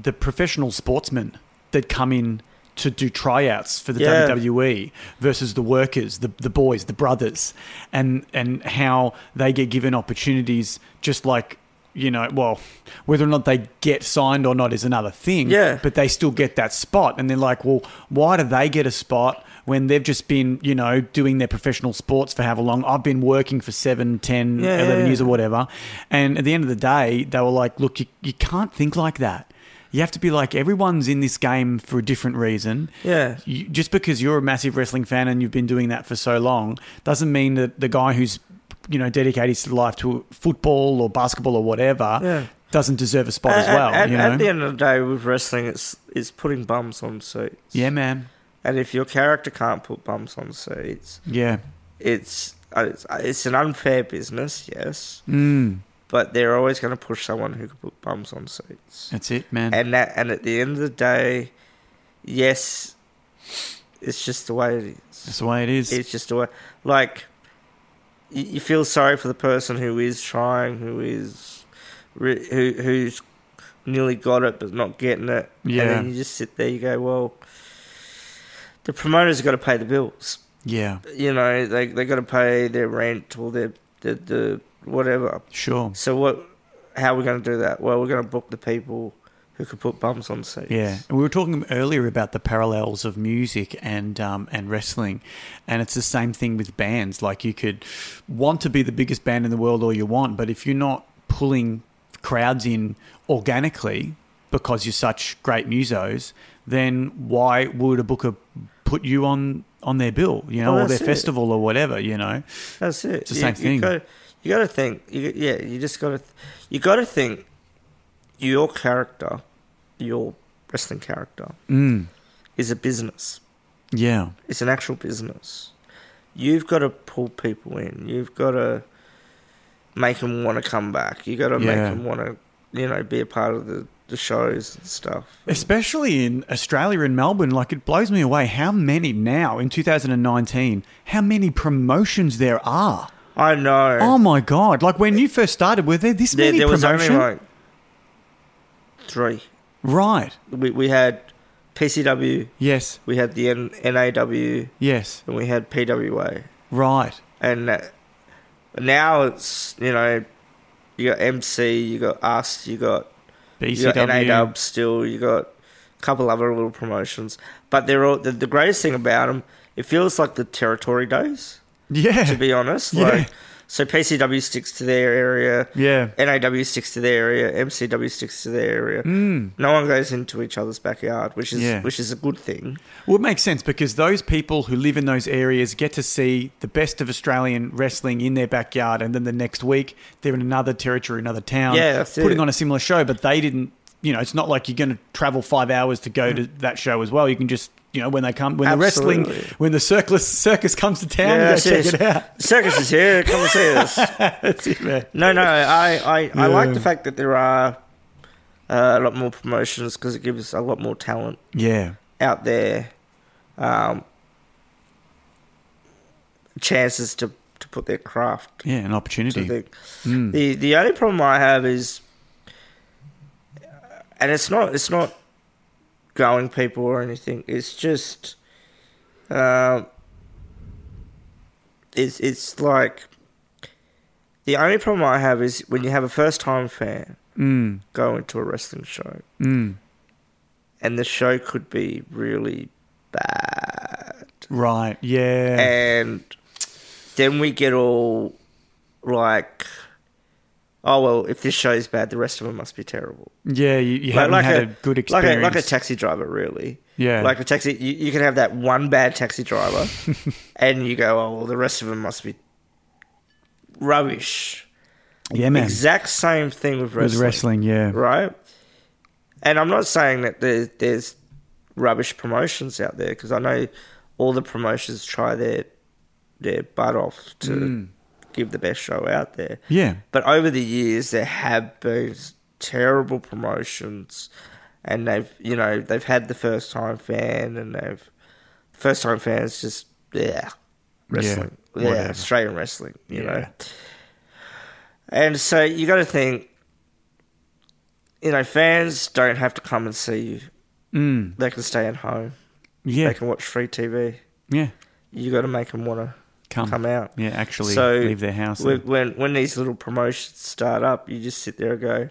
the professional sportsmen that come in to do tryouts for the E Yeah. WWE versus the workers, the, the boys, the brothers, and and how they get given opportunities just like. You know, well, whether or not they get signed or not is another thing. Yeah. But they still get that spot. And they're like, well, why do they get a spot when they've just been, you know, doing their professional sports for however long? I've been working for seven, ten, eleven Yeah, yeah, yeah. years or whatever. And at the end of the day, they were like, look, you, you can't think like that. You have to be like, everyone's in this game for a different reason. Yeah. You, just because you're a massive wrestling fan and you've been doing that for so long doesn't mean that the guy who's, you know, dedicated his life to football or basketball or whatever Yeah. doesn't deserve a spot At- as well. At, you at know? the end of the day, with wrestling, it's it's putting bums on seats. yeah, man. And if your character can't put bums on seats, Yeah. it's uh, it's, it's an unfair business, yes, Mm. but they're always going to push someone who can put bums on seats. That's it, man. And that and at the end of the day, yes, it's just the way it is. That's the way it is. It's just a way, like you, you feel sorry for the person who is trying, who is re- who who's nearly got it but not getting it. Yeah. and then you just sit there. You go, well, the promoters got to pay the bills. yeah. You know, they they got to pay their rent or their the the whatever. Sure. So what? How are we going to do that? Well, we're going to book the people who could put bums on seats. Yeah, and we were talking earlier about the parallels of music and um, and wrestling, and it's the same thing with bands. Like you could want to be the biggest band in the world all you want, but if you're not pulling crowds in organically because you're such great musos, then why would a booker put you on on their bill, you know, Well, or their that's it. festival or whatever, you know? That's it. It's the same thing. You gotta, you gotta think. You, yeah, you just gotta. Th- you gotta think. Your character, your wrestling character, Mm. is a business. Yeah, It's an actual business. You've got to pull people in. You've got to make them want to come back. You got to make Yeah. them want to, you know, be a part of the, the shows and stuff. Especially in Australia and Melbourne, like it blows me away how many now in 2019, how many promotions there are. I know. Oh my god! Like when you first started, were there this there, many there was only promotion? like three. right? We we had PCW. Yes. We had the N- NAW. Yes. and we had PWA. Right. And uh, now it's you know, you got MC, you got us, you got E you got NA BCW. Dub still, you got a couple other little promotions. But they're all the, the greatest thing about them. It feels like the territory days, to Yeah. be honest. Yeah. Like so, PCW sticks to their area. Yeah. NAW sticks to their area, MCW sticks to their area. Mm. No one goes into each other's backyard, which is Yeah. which is a good thing. Well, it makes sense because those people who live in those areas get to see the best of Australian wrestling in their backyard, and then the next week they're in another territory, another town, Yeah, that's putting it. on a similar show. But they didn't. You know, it's not like you're going to travel five hours to go to that show as well. You can just, you know, when they come, when the wrestling, Mm. Absolutely. when the circus circus comes to town, you go that's check it. it out. Circus is here. Come and see us. That's it, man. No, no, I, I, I like Yeah. the fact that there are uh, a lot more promotions because it gives a lot more talent Yeah. out there, um, chances to, to put their craft Yeah, an to opportunity. the, Mm. the the only problem I have is, and it's not it's not going people or anything. It's just, um, it's it's like the only problem I have is when you have a first time fan Mm, going to a wrestling show, mm, and the show could be really bad, right. Yeah. and then we get all like. Oh well, if this show's bad, the rest of them must be terrible. yeah. You, you haven't had a, good like experience. a, like a taxi driver, really. Yeah. Like a taxi, you, you can have that one bad taxi driver, and you go, oh, well, the rest of them must be rubbish. yeah, man. Exact same thing with It was wrestling, wrestling. Yeah. right? And I'm not saying that there's, there's rubbish promotions out there because I know all the promotions try their their butt off to give the best show out there. Mm. Yeah. But over the years, there have been terrible promotions, and they've you know they've had the first time fan, and they've first time fans just yeah wrestling, yeah, whatever. Australian wrestling, you Yeah. know. And so you got to think, you know, fans don't have to come and see you; Mm, they can stay at home, yeah. they can watch free TV. Yeah. You got to make them want to Come. come out. Yeah. Actually, So, leave their house. When, and- when when these little promotions start up, you just sit there and go,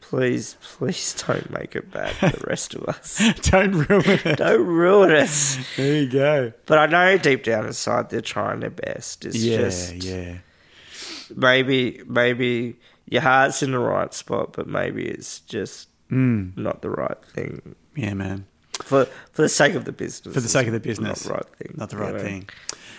please, please don't make it bad for the rest of us. Don't ruin it. Don't ruin us. There you go. But I know deep down inside they're trying their best. It's Yeah. just yeah. maybe maybe your heart's in the right spot, but maybe it's just Mm, not the right thing. yeah, man. For for the sake of the business. For the sake of the it's business. Not the right thing. Not the you right know. thing.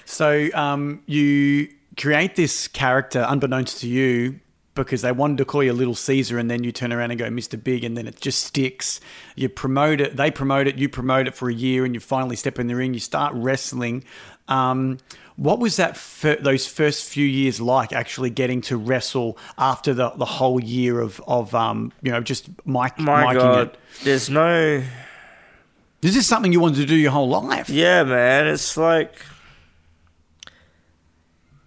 So um, you create this character unbeknownst to you because they wanted to call you Little Caesar, and then you turn around and go Mr. Big, and then it just sticks. You promote it, they promote it, you promote it for a year, and you finally step in the ring. You start wrestling. Um, what was that fir- those first few years like? Actually, getting to wrestle after the, the whole year of of um, you know just mic- My miking God, it. there's no. This is something you wanted to do your whole life. Yeah, man, it's like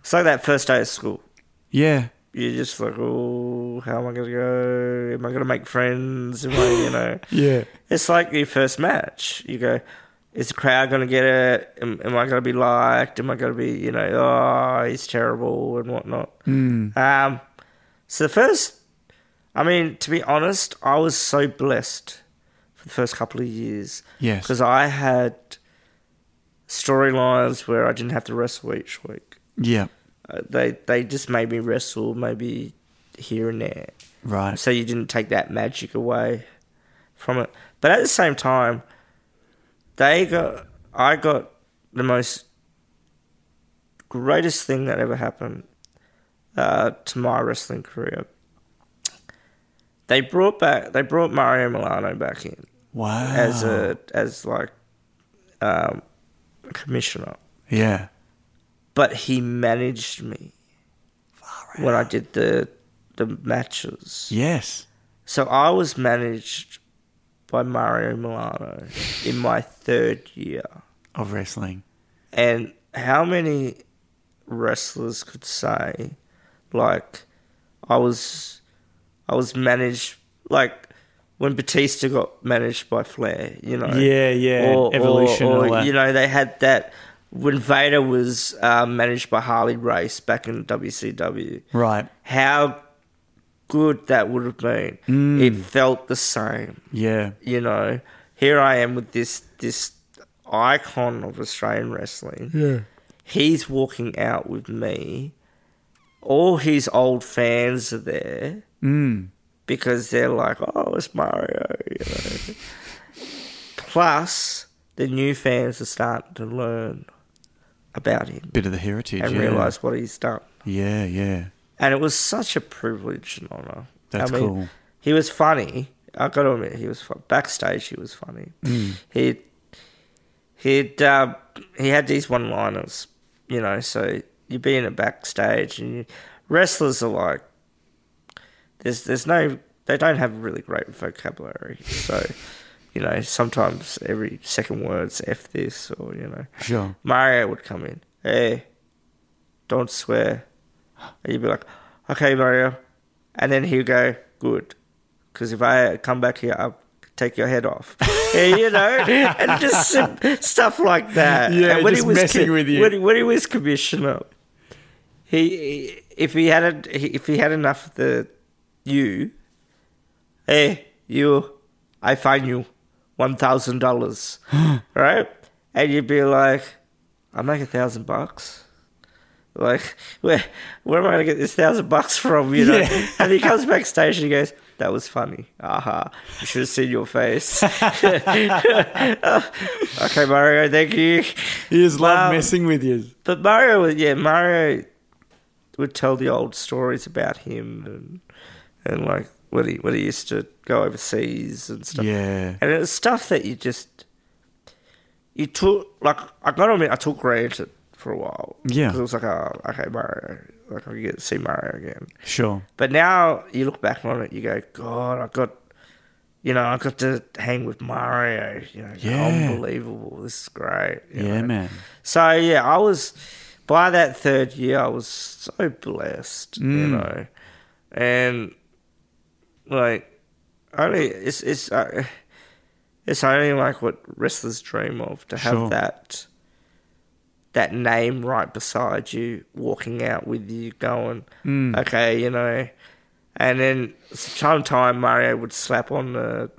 it's like that first day of school. yeah. You're just like, oh, how am I gonna go? Am I gonna make friends? Am I, you know? Yeah. It's like your first match. You go, is the crowd going to get it? Am, am I going to be liked? Am I going to be, you know, oh, he's terrible and whatnot? Hmm. Um, so the first, I mean, to be honest, I was so blessed for the first couple of years. Yes. Because I had storylines where I didn't have to wrestle each week. Yeah. Uh, they they just made me wrestle maybe here and there Right. so you didn't take that magic away from it. But at the same time, they got I got the most greatest thing that ever happened uh, to my wrestling career. They brought back they brought Mario Milano back in Wow. as a as like um, commissioner, yeah. but he managed me when I did the the matches. Yes. So I was managed by Mario Milano in my third year. Of wrestling. And how many wrestlers could say like I was I was managed like when Batista got managed by Flair, you know. Yeah, yeah, Evolution and or, all that. you know, they had that when Vader was uh, managed by Harley Race back in WCW Right. how good that would have been. Mm. It felt the same, Yeah. you know. Here I am with this this icon of Australian wrestling. Yeah. He's walking out with me. All his old fans are there because they're like, "Oh, it's Mario." You know? Plus, the new fans are starting to learn about him Bit of the heritage. and yeah. realize what he's done. Yeah. Yeah. And it was such a privilege and honor. That's cool. He was funny. I got to admit, he was fun. backstage. He was funny. Mm. He he'd um, he had these one-liners, you know. So you'd be in a backstage, and you, wrestlers are like, there's there's no they don't have really great vocabulary. So you know, sometimes every second word's f this or you know. Sure. Mario would come in. Hey, don't swear. And you'd be like, okay, Mario. And then he'd go, good. Because if I come back here, I'll take your head off. Yeah, you know? And just sim- stuff like that. Yeah, and just messing with you. When, he- when he was commissioner, he, he- if he had a, he- if he had enough of the you, hey, you, I fine you $1,000, right? And you'd be like, I make a thousand bucks. Like, where, where am I going to get this thousand bucks from? You know? Yeah. And he comes backstage and he goes, That was funny. Aha. You should have seen your face. okay, Mario, thank you. He is love Wow. messing with you. But Mario, was- yeah, Mario would tell the old stories about him and and like when he when he used to go overseas and stuff. Yeah. and it was stuff that you just you took like I gotta admit I took granted for a while. Yeah. 'Cause it was like oh okay Mario, like I get to see Mario again. Sure. But now you look back on it, you go, God, I got, you know, I got to hang with Mario. You know, Yeah. unbelievable. This is great. you Yeah, know. man. So yeah, I was by that third year, I was so blessed, you know, and like only it's it's uh, it's only like what wrestlers dream of to have Sure. that that name right beside you, walking out with you, going, okay, you know. And then sometime Mario would slap on the,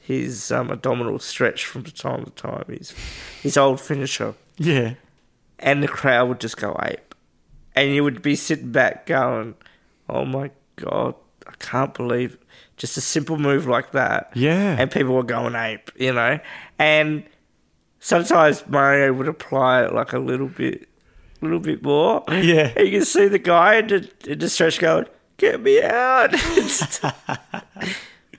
his um, abdominal stretch from time to time, his, his old finisher, Yeah. and the crowd would just go ape. And you would be sitting back going, oh my God, I can't believe just a simple move like that. Yeah. And people were going ape, you know. And sometimes Mario would apply it like a little bit, little bit more. Yeah. And you can see the guy in the, in the stretch going, Get me out.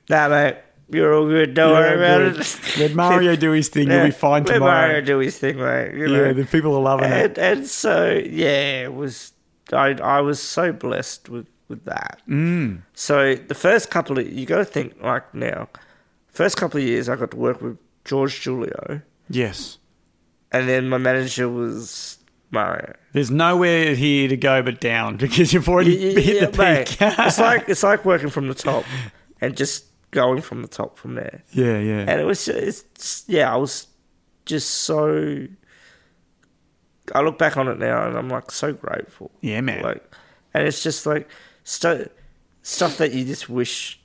nah, mate. You're all good. Don't worry about it. Let Mario do his thing. Yeah, You'll be fine let tomorrow. Mario do his thing, mate. You yeah, know. the people are loving it. and, and so yeah, it was I I was so blessed with with that. Mm. So the first couple of you got to think like now, first couple of years I got to work with George Julio, Yes. and then my manager was Mario. There's nowhere here to go but down because you've already Y- y- hit the mate, peak. it's like it's like working from the top, and just going from the top from there. yeah, yeah. and it was it's yeah i was just so i look back on it now and i'm like so grateful Yeah, man. like and it's just like stu stuff that you just wish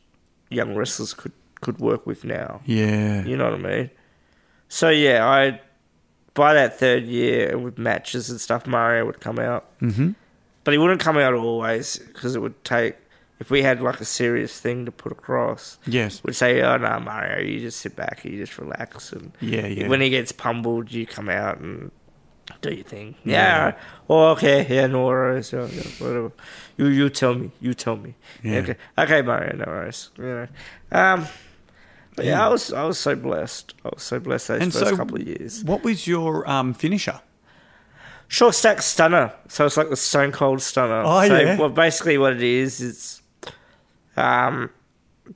young wrestlers could could work with now yeah. you know what i mean so yeah i by that third year with matches and stuff mario would come out Mm-hmm. but he wouldn't come out always because it would take if we had like a serious thing to put across Yes. would say, "Oh no, Mario, you just sit back, you just relax, and Yeah, yeah. when he gets pummeled, you come out and do your thing." Yeah. alright. Oh, okay. Yeah, no worries. Yeah, yeah, whatever. You you tell me. You tell me. Yeah. Okay. Okay, Mario. No worries. You know. Um. But yeah, I was I was so blessed. I was so blessed those and first so, couple of years. what was your um, finisher? Short stack stunner. So it's like the Stone Cold stunner. Oh, so yeah. Well, basically what it is, it's um,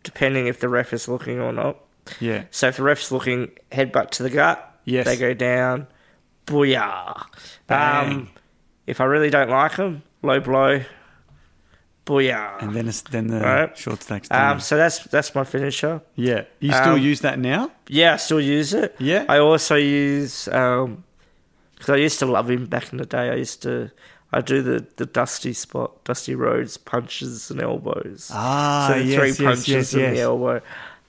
depending if the ref is looking or not. Yeah. So if the ref's looking, headbutt to the gut. Yes. They go down. Booyah. Bang. Um, if I really don't like him, low blow. Booyah. And then it's then the Right. short stacks. um, Um, so that's that's my finisher. yeah. You still um, use that now? Yeah, I still use it. Yeah. I also use um 'cause I used to love him back in the day. I used to I do the the dusty spot, dusty roads, punches and elbows. Ah, so the yes, three yes, punches yes, and yes. the elbow.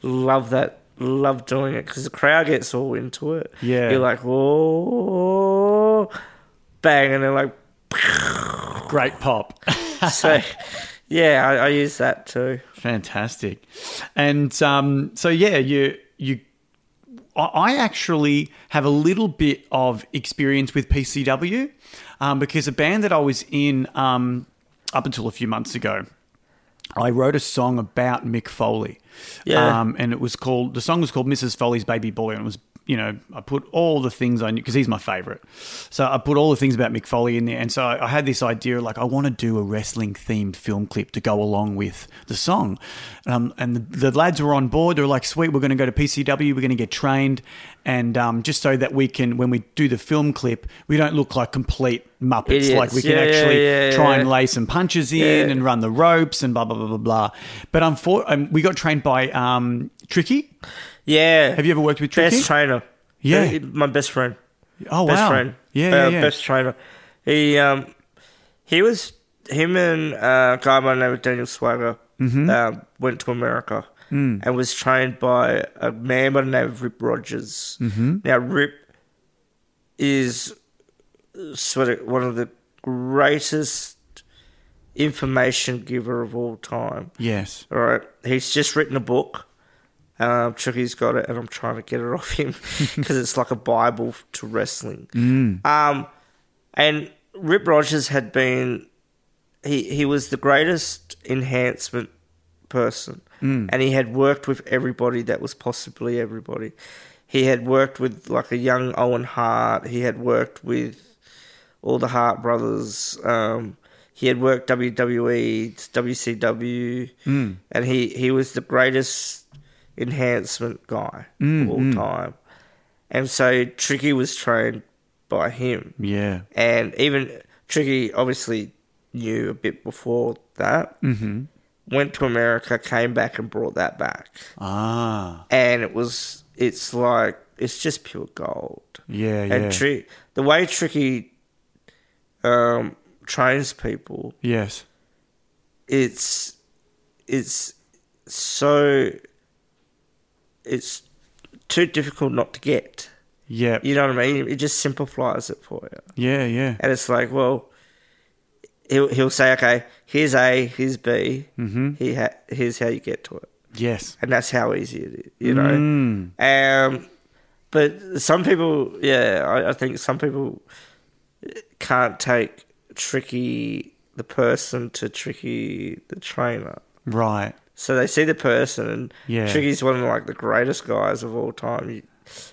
Love that. Love doing it because the crowd gets all into it. Yeah. you're like whoa, bang, and they're like Great pop. so. yeah, I, I use that too. Fantastic. And um, so yeah, you you I- I actually have a little bit of experience with PCW um, because a band that I was in um, up until a few months ago, I wrote a song about Mick Foley. Yeah. Um, and it was called, the song was called Mrs. Foley's Baby Boy. And it was, you know, I put all the things I knew, because he's my favorite. So I put all the things about Mick Foley in there. And so I I had this idea, like, I want to do a wrestling themed film clip to go along with the song. Um, and the, the lads were on board. They were like, sweet, we're going to go to PCW, we're going to get trained. And um, just so that we can, when we do the film clip, we don't look like complete Muppets. Like, Idiots. we can Yeah, yeah, actually yeah, try and yeah. lay some punches in Yeah. and run the ropes and blah blah blah blah blah. But unfor- um, we got trained by um, Tricky. Yeah. Have you ever worked with Tricky? best trainer? Yeah. my best friend. oh best wow, friend. yeah, Uh, yeah, yeah. best trainer. He um, he was him and uh, a guy by the name of Daniel Swagger Mm-hmm. uh, went to America Mm. and was trained by a man by the name of Rip Rogers. Mm-hmm. Now Rip is sort of one of the greatest information giver of all time. yes. All right. He's just written a book. Um, Chucky's got it, and I'm trying to get it off him because it's like a Bible to wrestling. Um, and Rip Rogers had been he he was the greatest enhancement person, and he had worked with everybody that was possibly everybody. He had worked with like a young Owen Hart. He had worked with all the Hart brothers. Um, he had worked E, WWE, WCW, and he he was the greatest enhancement guy of all time. And so Tricky was trained by him Yeah. and even Tricky obviously knew a bit before that. Mm-hmm. Went to America, came back, and brought that back, Ah. and it was it's like it's just pure gold. Yeah. Yeah. And Tri- the way Tricky um, trains people, yes. it's it's so it's too difficult not to get. Yeah. You know what I mean? It just simplifies it for you. Yeah. Yeah. And it's like, well, he'll he'll say, okay, here's A, here's B, mm-hmm. he ha- here's how you get to it, Yes. and that's how easy it is, you Mm. know. Um, but some people, yeah, I, I think some people can't take tricky the person to Tricky the trainer. Right. So they see the person, and Yeah. Tricky's one of like the greatest guys of all time. You-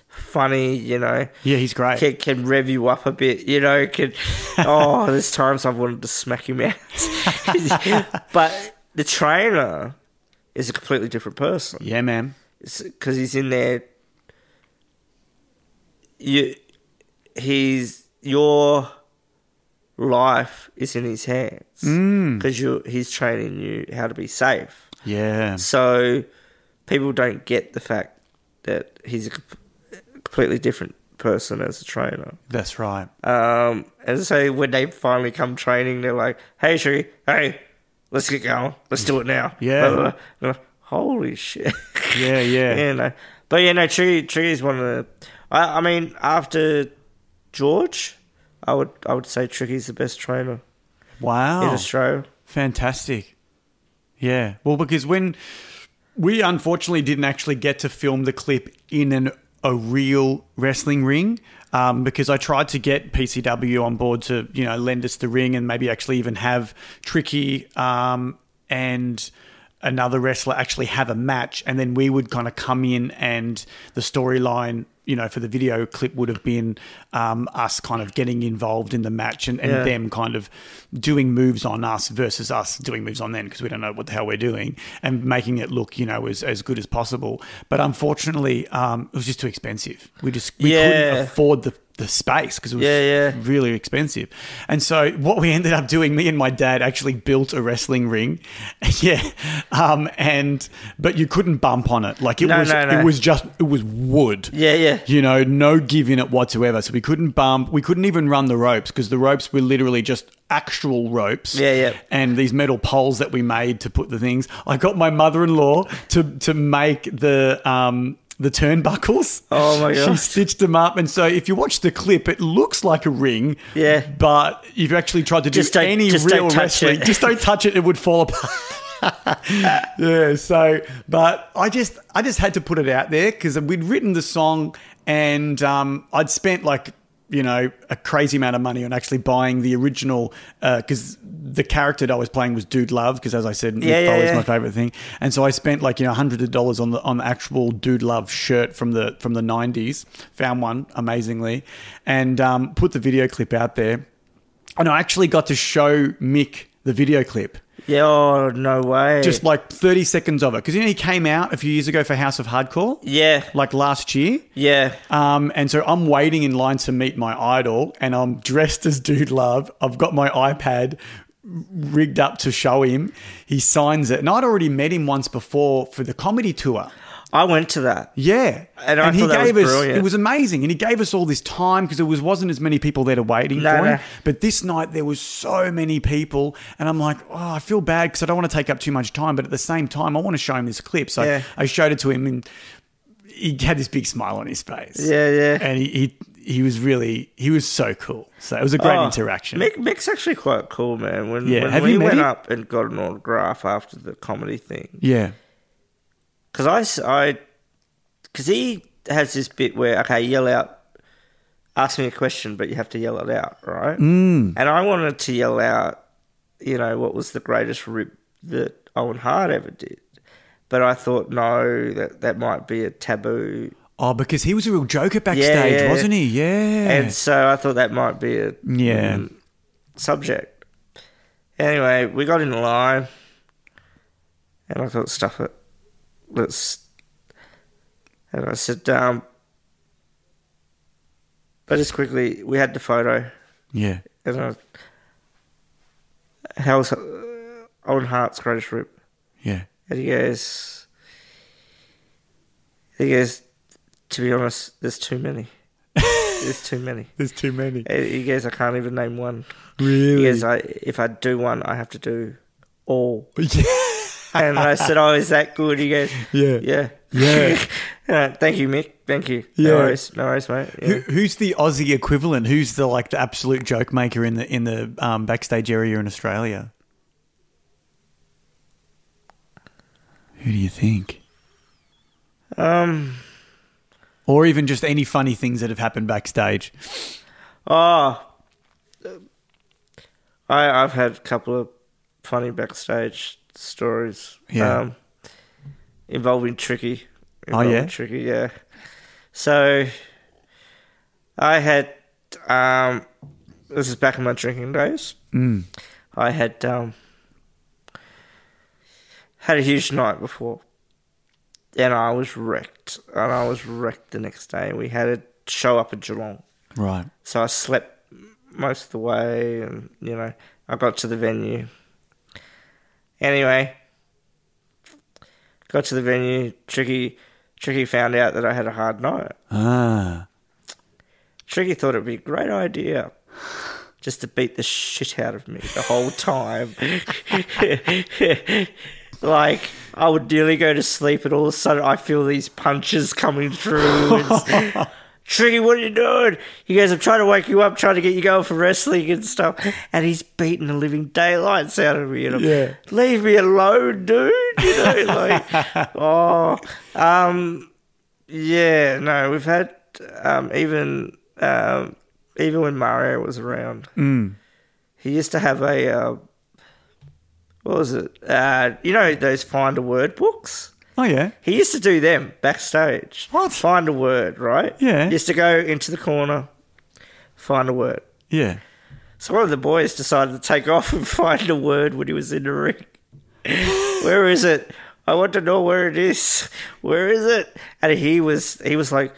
Funny, you know. Yeah, he's great. Can, can rev you up a bit, you know. Can oh, there's times I've wanted to smack him out. but the trainer is a completely different person. Yeah, man. because he's in there. You, he's your life is in his hands because you he's training you how to be safe. Yeah. So people don't get the fact that he's a comp- completely different person as a trainer. That's right. Um, and so when they finally come training, they're like, "Hey, Shuri, hey, let's get going. Let's do it now." Yeah. Blah, blah, blah. And I'm like, Holy shit. Yeah, yeah. you know. But yeah, no, Tree Tree is one of the. I, I mean, after George, I would I would say Tricky's the best trainer in Wow. Australia. Fantastic. Yeah. Well, because when we unfortunately didn't actually get to film the clip in an a real wrestling ring. Um, because I tried to get PCW on board to, you know, lend us the ring and maybe actually even have Tricky um, and another wrestler actually have a match. And then we would kind of come in and the storyline, you know, for the video clip would have been um, us kind of getting involved in the match and, and Yeah. them kind of doing moves on us versus us doing moves on them because we don't know what the hell we're doing and making it look you know as, as good as possible but unfortunately um, it was just too expensive we just we Yeah. couldn't afford the the space because it was Yeah, yeah. really expensive and so what we ended up doing me and my dad actually built a wrestling ring yeah um and but you couldn't bump on it like it No, was no, no. it was just it was wood Yeah, yeah. you know, no give in it whatsoever. So we couldn't bump, we couldn't even run the ropes because the ropes were literally just actual ropes. Yeah, yeah. And these metal poles that we made to put the things. I got my mother-in-law to to make the um the turnbuckles. Oh, my She gosh. stitched them up, and so if you watch the clip, it looks like a ring. Yeah. But if you actually tried to do Just don't- any just real don't touch wrestling, it. just don't touch it; it would fall apart. yeah so but i just i just had to put it out there because we'd written the song and um, i'd spent like you know a crazy amount of money on actually buying the original because the character that i was playing was dude love because as i said Mick Yeah, yeah, Foley's yeah. my favorite thing and so i spent like you know hundreds of dollars on the on the actual dude love shirt from the from the 90s found one amazingly and um, put the video clip out there and i actually got to show mick the video clip Yeah, oh no way. just like 30 seconds of it because you know he came out a few years ago for House of Hardcore, yeah, like last year. yeah. Um, and so I'm waiting in line to meet my idol, and I'm dressed as Dude Love. I've got my iPad rigged up to show him. He signs it, and I'd already met him once before for the comedy tour. I went to that. Yeah, And I thought that gave was us brilliant. it was amazing, and he gave us all this time because there was wasn't as many people there to waiting No, for him. no. But this night there was so many people, and I'm like, oh, I feel bad because I don't want to take up too much time, but at the same time, I want to show him this clip. So Yeah. I showed it to him, and he had this big smile on his face. Yeah, yeah. and he he, he was really he was so cool. So it was a great Oh, interaction. Mick, Mick's actually quite cool, man. When, Yeah, when have we you met went him? up and got an autograph after the comedy thing, yeah, because I, s- I, because he has this bit where okay, yell out, ask me a question, but you have to yell it out, right? Mm. And I wanted to yell out, you know, what was the greatest rip that Owen Hart ever did, but I thought no, that that might be a taboo, oh, because he was a real joker backstage, yeah. wasn't he? Yeah, and so I thought that might be a yeah. mm, subject. Anyway, we got in line, and I thought, stuff it. Let's. And I said, um. But just quickly, we had the photo, yeah. and I. How's uh, Owen Hart's greatest rip? Yeah. And he goes. He goes. To be honest, there's too many. there's too many. There's too many. And He goes, Eh, I can't even name one. Really? He goes, I, if I do one, I have to do all. Yeah. And I said, Oh, is that good? He goes, Yeah. Yeah. Yeah. Uh, Thank you, Mick. Thank you. Yeah. No worries. No worries, mate. Yeah. Who, who's the Aussie equivalent? Who's the like the absolute joke maker in the in the um, backstage area in Australia? Who do you think? Um, Or even just any funny things that have happened backstage? oh, Ah. I, I've had a couple of funny backstage stories. Yeah. Um, involving Tricky. Oh, yeah? Involving Tricky, yeah. So I had um this is back in my drinking days. Mm. I had um had a huge night before. And I was wrecked. And I was wrecked the next day. We had a show up at Geelong. Right. So I slept most of the way, and you know, I got to the venue. Anyway, got to the venue. Tricky, Tricky found out that I had a hard night. Ah. Tricky thought it'd be a great idea. Just to beat the shit out of me the whole time. like, I would nearly go to sleep, and all of a sudden I feel these punches coming through. It's, Tricky, what are you doing? He goes, I'm trying to wake you up, trying to get you going for wrestling and stuff. And he's beating the living daylights out of me. And I'm, Yeah. Leave me alone, dude. You know, like, oh. Um, yeah, no, we've had um, even um, even when Mario was around, Mm. he used to have a uh, what was it? Uh, you know those find a word books. Oh yeah. He used to do them backstage. What? Find a word, right? Yeah. He used to go into the corner, find a word. Yeah. So one of the boys decided to take off and find a word when he was in the ring. where is it? I want to know where it is. Where is it? And he was he was like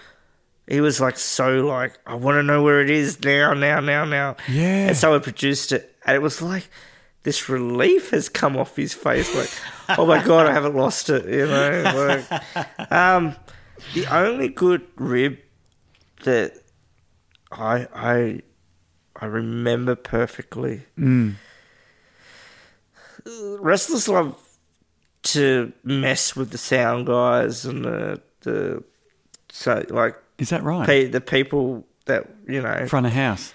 he was like so like I want to know where it is now now now now. Yeah. And so I produced it and it was like this relief has come off his face like oh my god I haven't lost it you know like um the only good rib that I I I remember perfectly. Mm. Wrestlers love to mess with the sound guys and the the so like Is that right? pe- the people that you know. Front of house.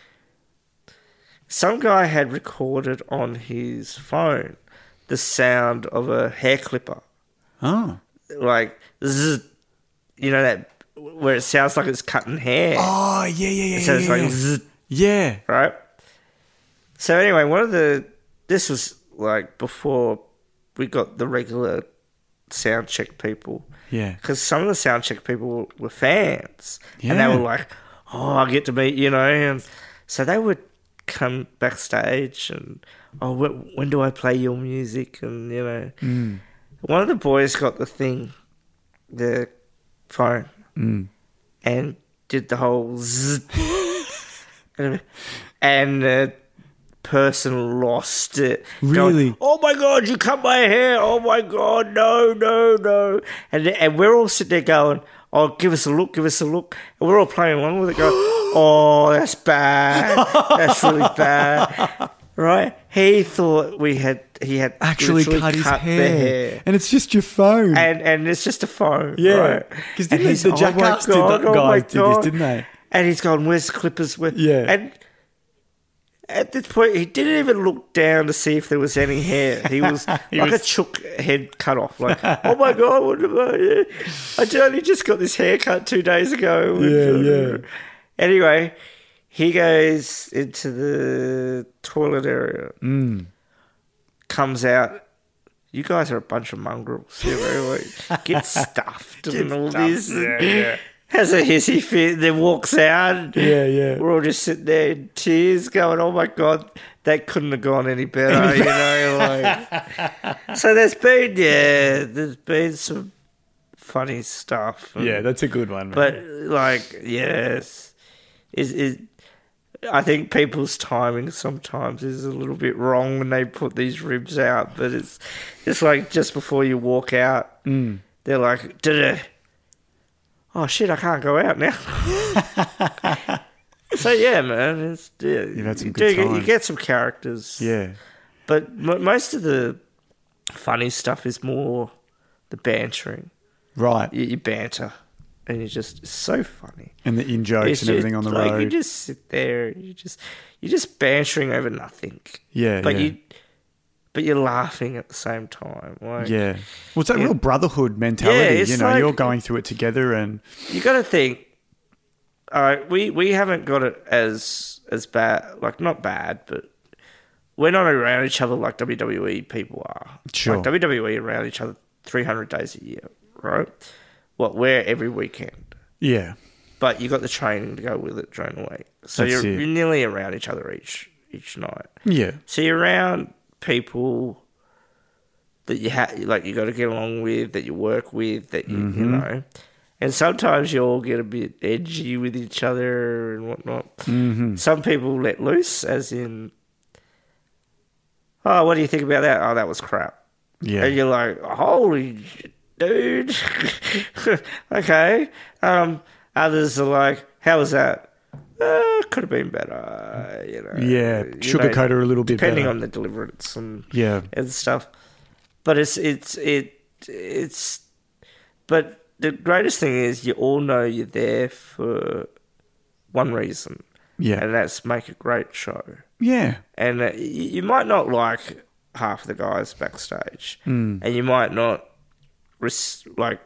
Some guy had recorded on his phone the sound of a hair clipper, Oh. like zzz, you know that where it sounds like it's cutting hair. Oh yeah yeah yeah. it sounds yeah, like yeah. zzz, yeah. right? So anyway, one of the this was like before we got the regular sound check people. Yeah. Because some of the sound check people were fans, and Yeah. they were like, "Oh, I get to meet you know," and so they would come backstage and, "Oh, wh- when do I play your music?" and you know, Mm. one of the boys got the thing, the phone, and did the whole zzz, and the person lost it. going, Really? oh my god, you cut my hair! Oh my god, no, no, no! And and we're all sitting there going, oh, give us a look, give us a look, and we're all playing along with it, going, oh, that's bad, that's really bad, right? He thought we had he had Actually literally cut his cut hair. The hair And it's just your phone. and and it's just a phone. Yeah. right? 'Cause And didn't he's, the "Oh my Jackass did God, that oh guy my did this, God." didn't they? And he's going, "Where's the clippers?" Where? Yeah. And at this point, he didn't even look down to see if there was any hair. He was He like was- a chook head cut off. Like, oh my god, what am I? I j- only just got this haircut two days ago. Yeah, yeah. Anyway, he goes into the toilet area. Mm. Comes out you guys are a bunch of mongrels. You know, like, get stuffed and all this. and Has a hissy fit, then walks out. Yeah, yeah. We're all just sitting there in tears, going, "Oh my god, that couldn't have gone any better." you know, like. So there's been yeah, there's been some funny stuff. and- yeah, that's a good one. Man. but like yes, is is. I think people's timing sometimes is a little bit wrong when they put these ribs out, but it's it's like just before you walk out, mm. they're like, "Duh-duh." "Oh shit, I can't go out now." so yeah, man, it's yeah, you've had some you, good do get, you times. get some characters, yeah. but m- most of the funny stuff is more the bantering. Right. You, you banter, and you're just it's so funny. And the in jokes It's and everything on the just like, road. You just sit there. and You just you're just bantering over nothing. Yeah, but yeah. you but you're laughing at the same time. Like, yeah. Well, it's that real brotherhood mentality. Yeah, it's you know, like- you're going through it together and you got to think. All right, we we haven't got it as as bad. Like not bad, but we're not around each other like WWE people are. Sure. Like WWE around each other 300 days a year, right? What we're every weekend. Yeah. But you got the training to go with it during the week. So That's you're, it. you're nearly around each other each each night. Yeah. So you're around people that you ha- like you got to get along with, that you work with, that you you know. And sometimes you all get a bit edgy with each other and whatnot. Some people let loose, as in, oh, what do you think about that? Oh, that was crap. Yeah. And you're like, holy sh- dude. okay. Um, others are like, how was that? Uh, could have been better, you know. Yeah, you sugarcoat her a little bit Depending better. on the deliverance and Yeah. and stuff. But it's it's it it's but the greatest thing is you all know you're there for one reason. Yeah. And that's make a great show Yeah. and uh, y- you might not like half the guys backstage, Hmm. and you might not res- like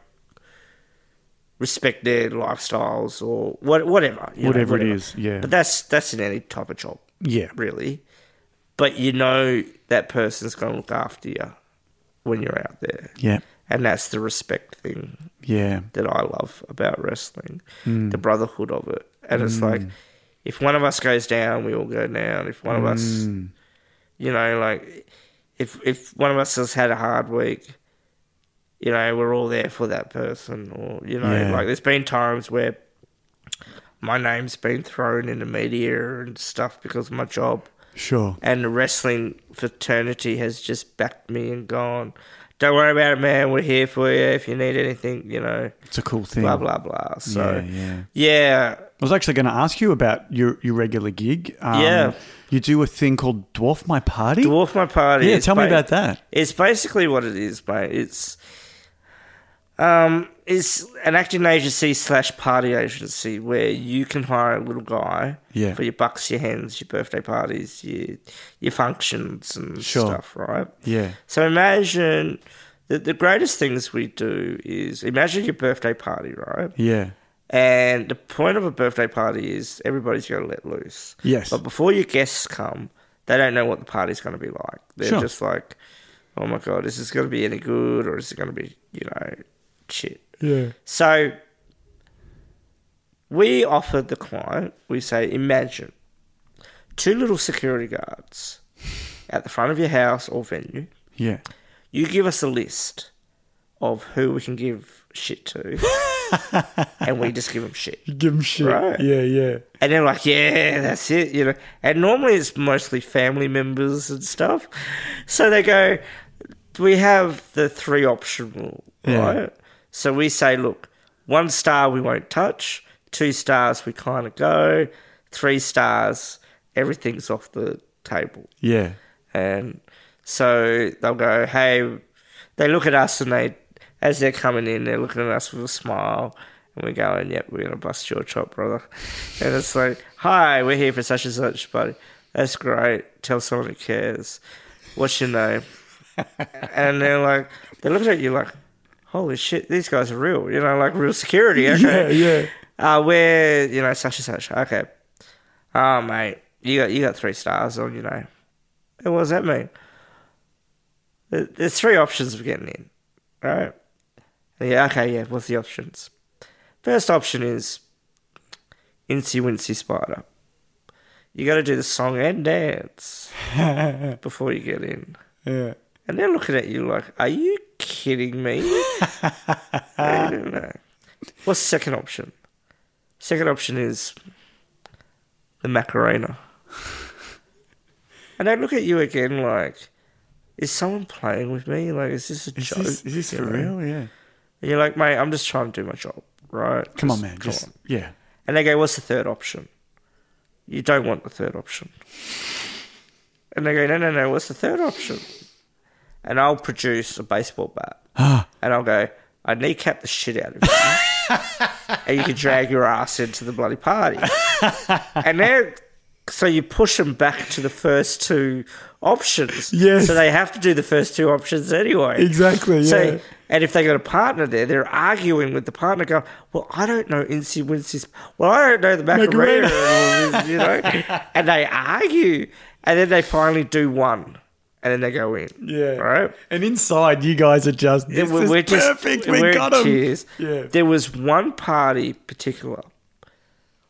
respect their lifestyles or what, whatever, you know, Whatever it is, yeah. But that's that's in any type of job, Yeah. really. But you know that person's going to look after you when you're out there, Yeah. and that's the respect thing Yeah. that I love about wrestling, the brotherhood of it. And it's like, if one of us goes down, we all go down. If one of us, you know, like, if if one of us has had a hard week, you know, we're all there for that person. Or you know, Yeah. like, there's been times where my name's been thrown in the media and stuff because of my job Sure. and the wrestling fraternity has just backed me and gone, "Don't worry about it, man. We're here for you if you need anything." You know, It's a cool thing. blah blah blah. So Yeah, yeah. yeah, I was actually going to ask you about your, your regular gig. Um, Yeah. You do a thing called Dwarf My Party? dwarf my party. yeah, is tell me ba- about that. It's basically what it is, mate. It's um, it's an acting agency slash party agency where you can hire a little guy Yeah. for your bucks, your hens, your birthday parties, your your functions and Sure. stuff, right? Yeah. So imagine that the greatest things we do is imagine your birthday party, right? Yeah. And the point of a birthday party is everybody's going to let loose. Yes. But before your guests come, they don't know what the party's going to be like. They're Sure. just like, oh my God, is this going to be any good or is it going to be, you know, shit? Yeah. So we offer the client, we say, imagine two little security guards at the front of your house or venue Yeah. you give us a list of who we can give shit to, and we just give them shit. Give him shit. Right. Yeah, yeah. And they're like, "Yeah, that's it," you know. And normally it's mostly family members and stuff. So they go, "We have the three optional, Yeah. right?" So we say, "Look, one star we won't touch. Two stars we kind of go. Three stars, everything's off the table." Yeah. And so they'll go, hey, they look at us and they, as they're coming in, they're looking at us with a smile. And we're going, yep, we're going to bust your chop, brother. And it's like, hi, we're here for such and such, buddy. That's great. Tell someone who cares. What's your name? and they're like, they're looking at you like, holy shit, these guys are real. You know, like real security. Okay. Yeah, Uh, we're, you know, such and such. Okay. Oh, mate, you got, you got three stars on your name. And what does that mean? There- There's three options of getting in, right? Yeah, okay, yeah. What's the options? First option is Incy Wincy Spider. You got to do the song and dance before you get in. yeah. And they're looking at you like, are you kidding me? I don't know. What's the second option? Second option is the Macarena. And they look at you again like, is someone playing with me? Like, is this a joke? You know? Yeah. And you're like, mate, I'm just trying to do my job, right? Come on, Just man. Just, yeah. and they go, What's the third option? You don't want the third option. And they go, No, no, no, what's the third option? And I'll produce a baseball bat. and I'll go, I kneecap the shit out of you. and you can drag your ass into the bloody party. and they're. So you push them back to the first two options. Yes. So they have to do the first two options anyway. Exactly, yeah. So and if they got a partner there, they're arguing with the partner, going, "Well, I don't know Incy Wincy's. Well, I don't know the Macarena. Macarena, and all this, you know." and they argue, and then they finally do one, and then they go in. Yeah. right. And inside, you guys are just this we're, is we're just perfect. we we're got him. cheers. Yeah. There was one party in particular.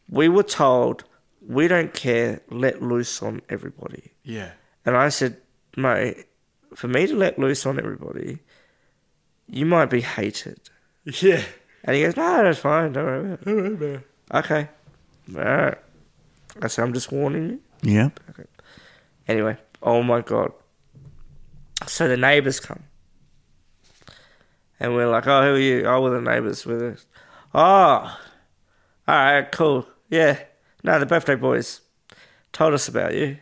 We were told we don't care. Let loose on everybody. Yeah. And I said, mate, for me to let loose on everybody, you might be hated. Yeah. And he goes, no, that's fine. Don't worry about it. Okay. All right. I said, I'm just warning you. Yeah. Anyway, oh my God. So the neighbors come. And we're like, oh, who are you? Oh, we're the neighbors. We're the... Oh, all right, cool. Yeah. No, the birthday boys told us about you.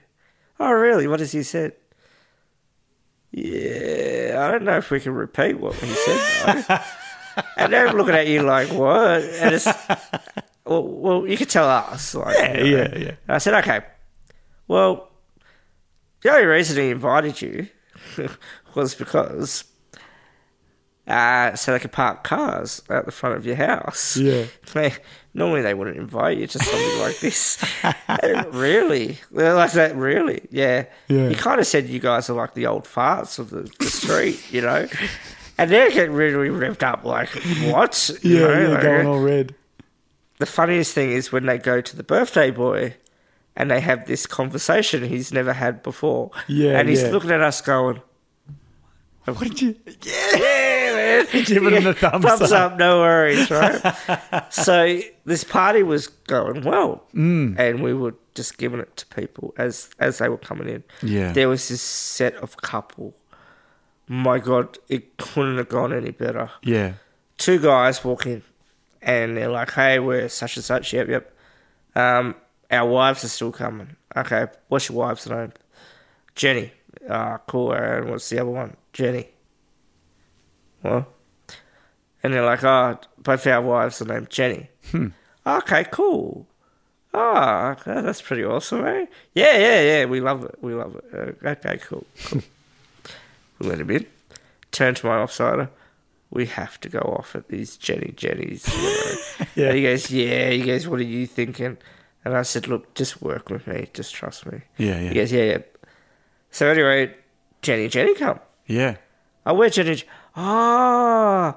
Oh, really? What has he said? Yeah, I don't know if we can repeat what he said. though." and they're looking at you like, what? And it's, well, well, you could tell us. Like, Yeah. Yeah. Yeah. and I said, okay, well, the only reason he invited you was because uh, so they could park cars at the front of your house. Yeah. They, normally they wouldn't invite you to something like this. really? They're like that, really? Yeah. Yeah. You kind of said you guys are like the old farts of the, the street, you know? And they're getting really revved up, like, what? You Yeah. know, yeah, like- Going all red. the funniest thing is when they go to the birthday boy and they have this conversation he's never had before. Yeah, And he's yeah. looking at us going, Uh, What did you? Yeah. Yeah, man. Giving him the thumbs up. up, no worries, right? so this party was going well. Mm. And we were just giving it to people as as they were coming in. Yeah. There was this set of couple. My God, it couldn't have gone any better Yeah. two guys walk in and they're like, hey, we're such and such. Yep, yep. Um, our wives are still coming. Okay, what's your wife's name? Jenny. Ah, cool. And what's the other one? Jenny. Well, and they're like, oh, both our wives are named Jenny. Hmm. Okay, cool. Ah, okay, that's pretty awesome, eh? Yeah, yeah, yeah. We love it. We love it. Uh, Okay, cool. Cool. we let him in. Turn to my offsider. We have to go off at these Jenny Jennies. You know. Yeah. And he goes, yeah. He goes, what are you thinking? And I said, look, just work with me. Just trust me. Yeah, yeah. He goes, yeah, yeah. So anyway, Jenny Jenny come. Yeah. I went in and ah,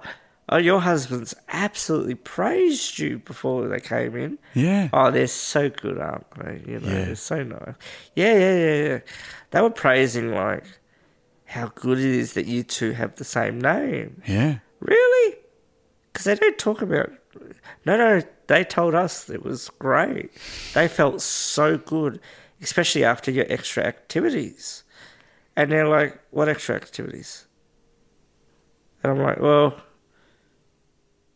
oh, your husband's absolutely praised you before they came in. Yeah. Oh, they're so good, aren't they? You know, Yeah. they're so nice. Yeah, yeah, yeah, yeah. They were praising like how good it is that you two have the same name. Yeah. Really? Because they don't talk about. No, no, they told us it was great. They felt so good, especially after your extra activities. And they're like, what extra activities? And I'm like, well,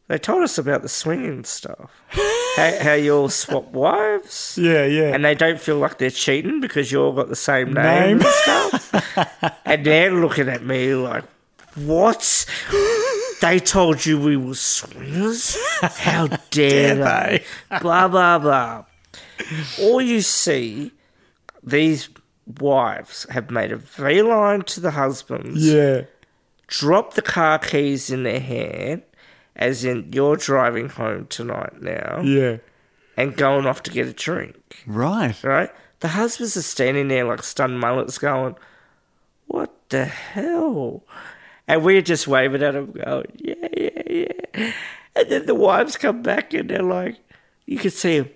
they told us about the swinging stuff. how, how you all swap wives. Yeah. Yeah. And they don't feel like they're cheating because you all got the same name, and stuff. and they're looking at me like, what? They told you we were swingers? How dare, they? blah, blah, blah. All you see, these wives have made a V-line to the husbands yeah. drop the car keys in their hand, as in you're driving home tonight now, Yeah. and going off to get a drink, Right. right? The husbands are standing there like stunned mullets going, What the hell? And we're just waving at them, going, Yeah, yeah, yeah. And then the wives come back and they're like, You can see them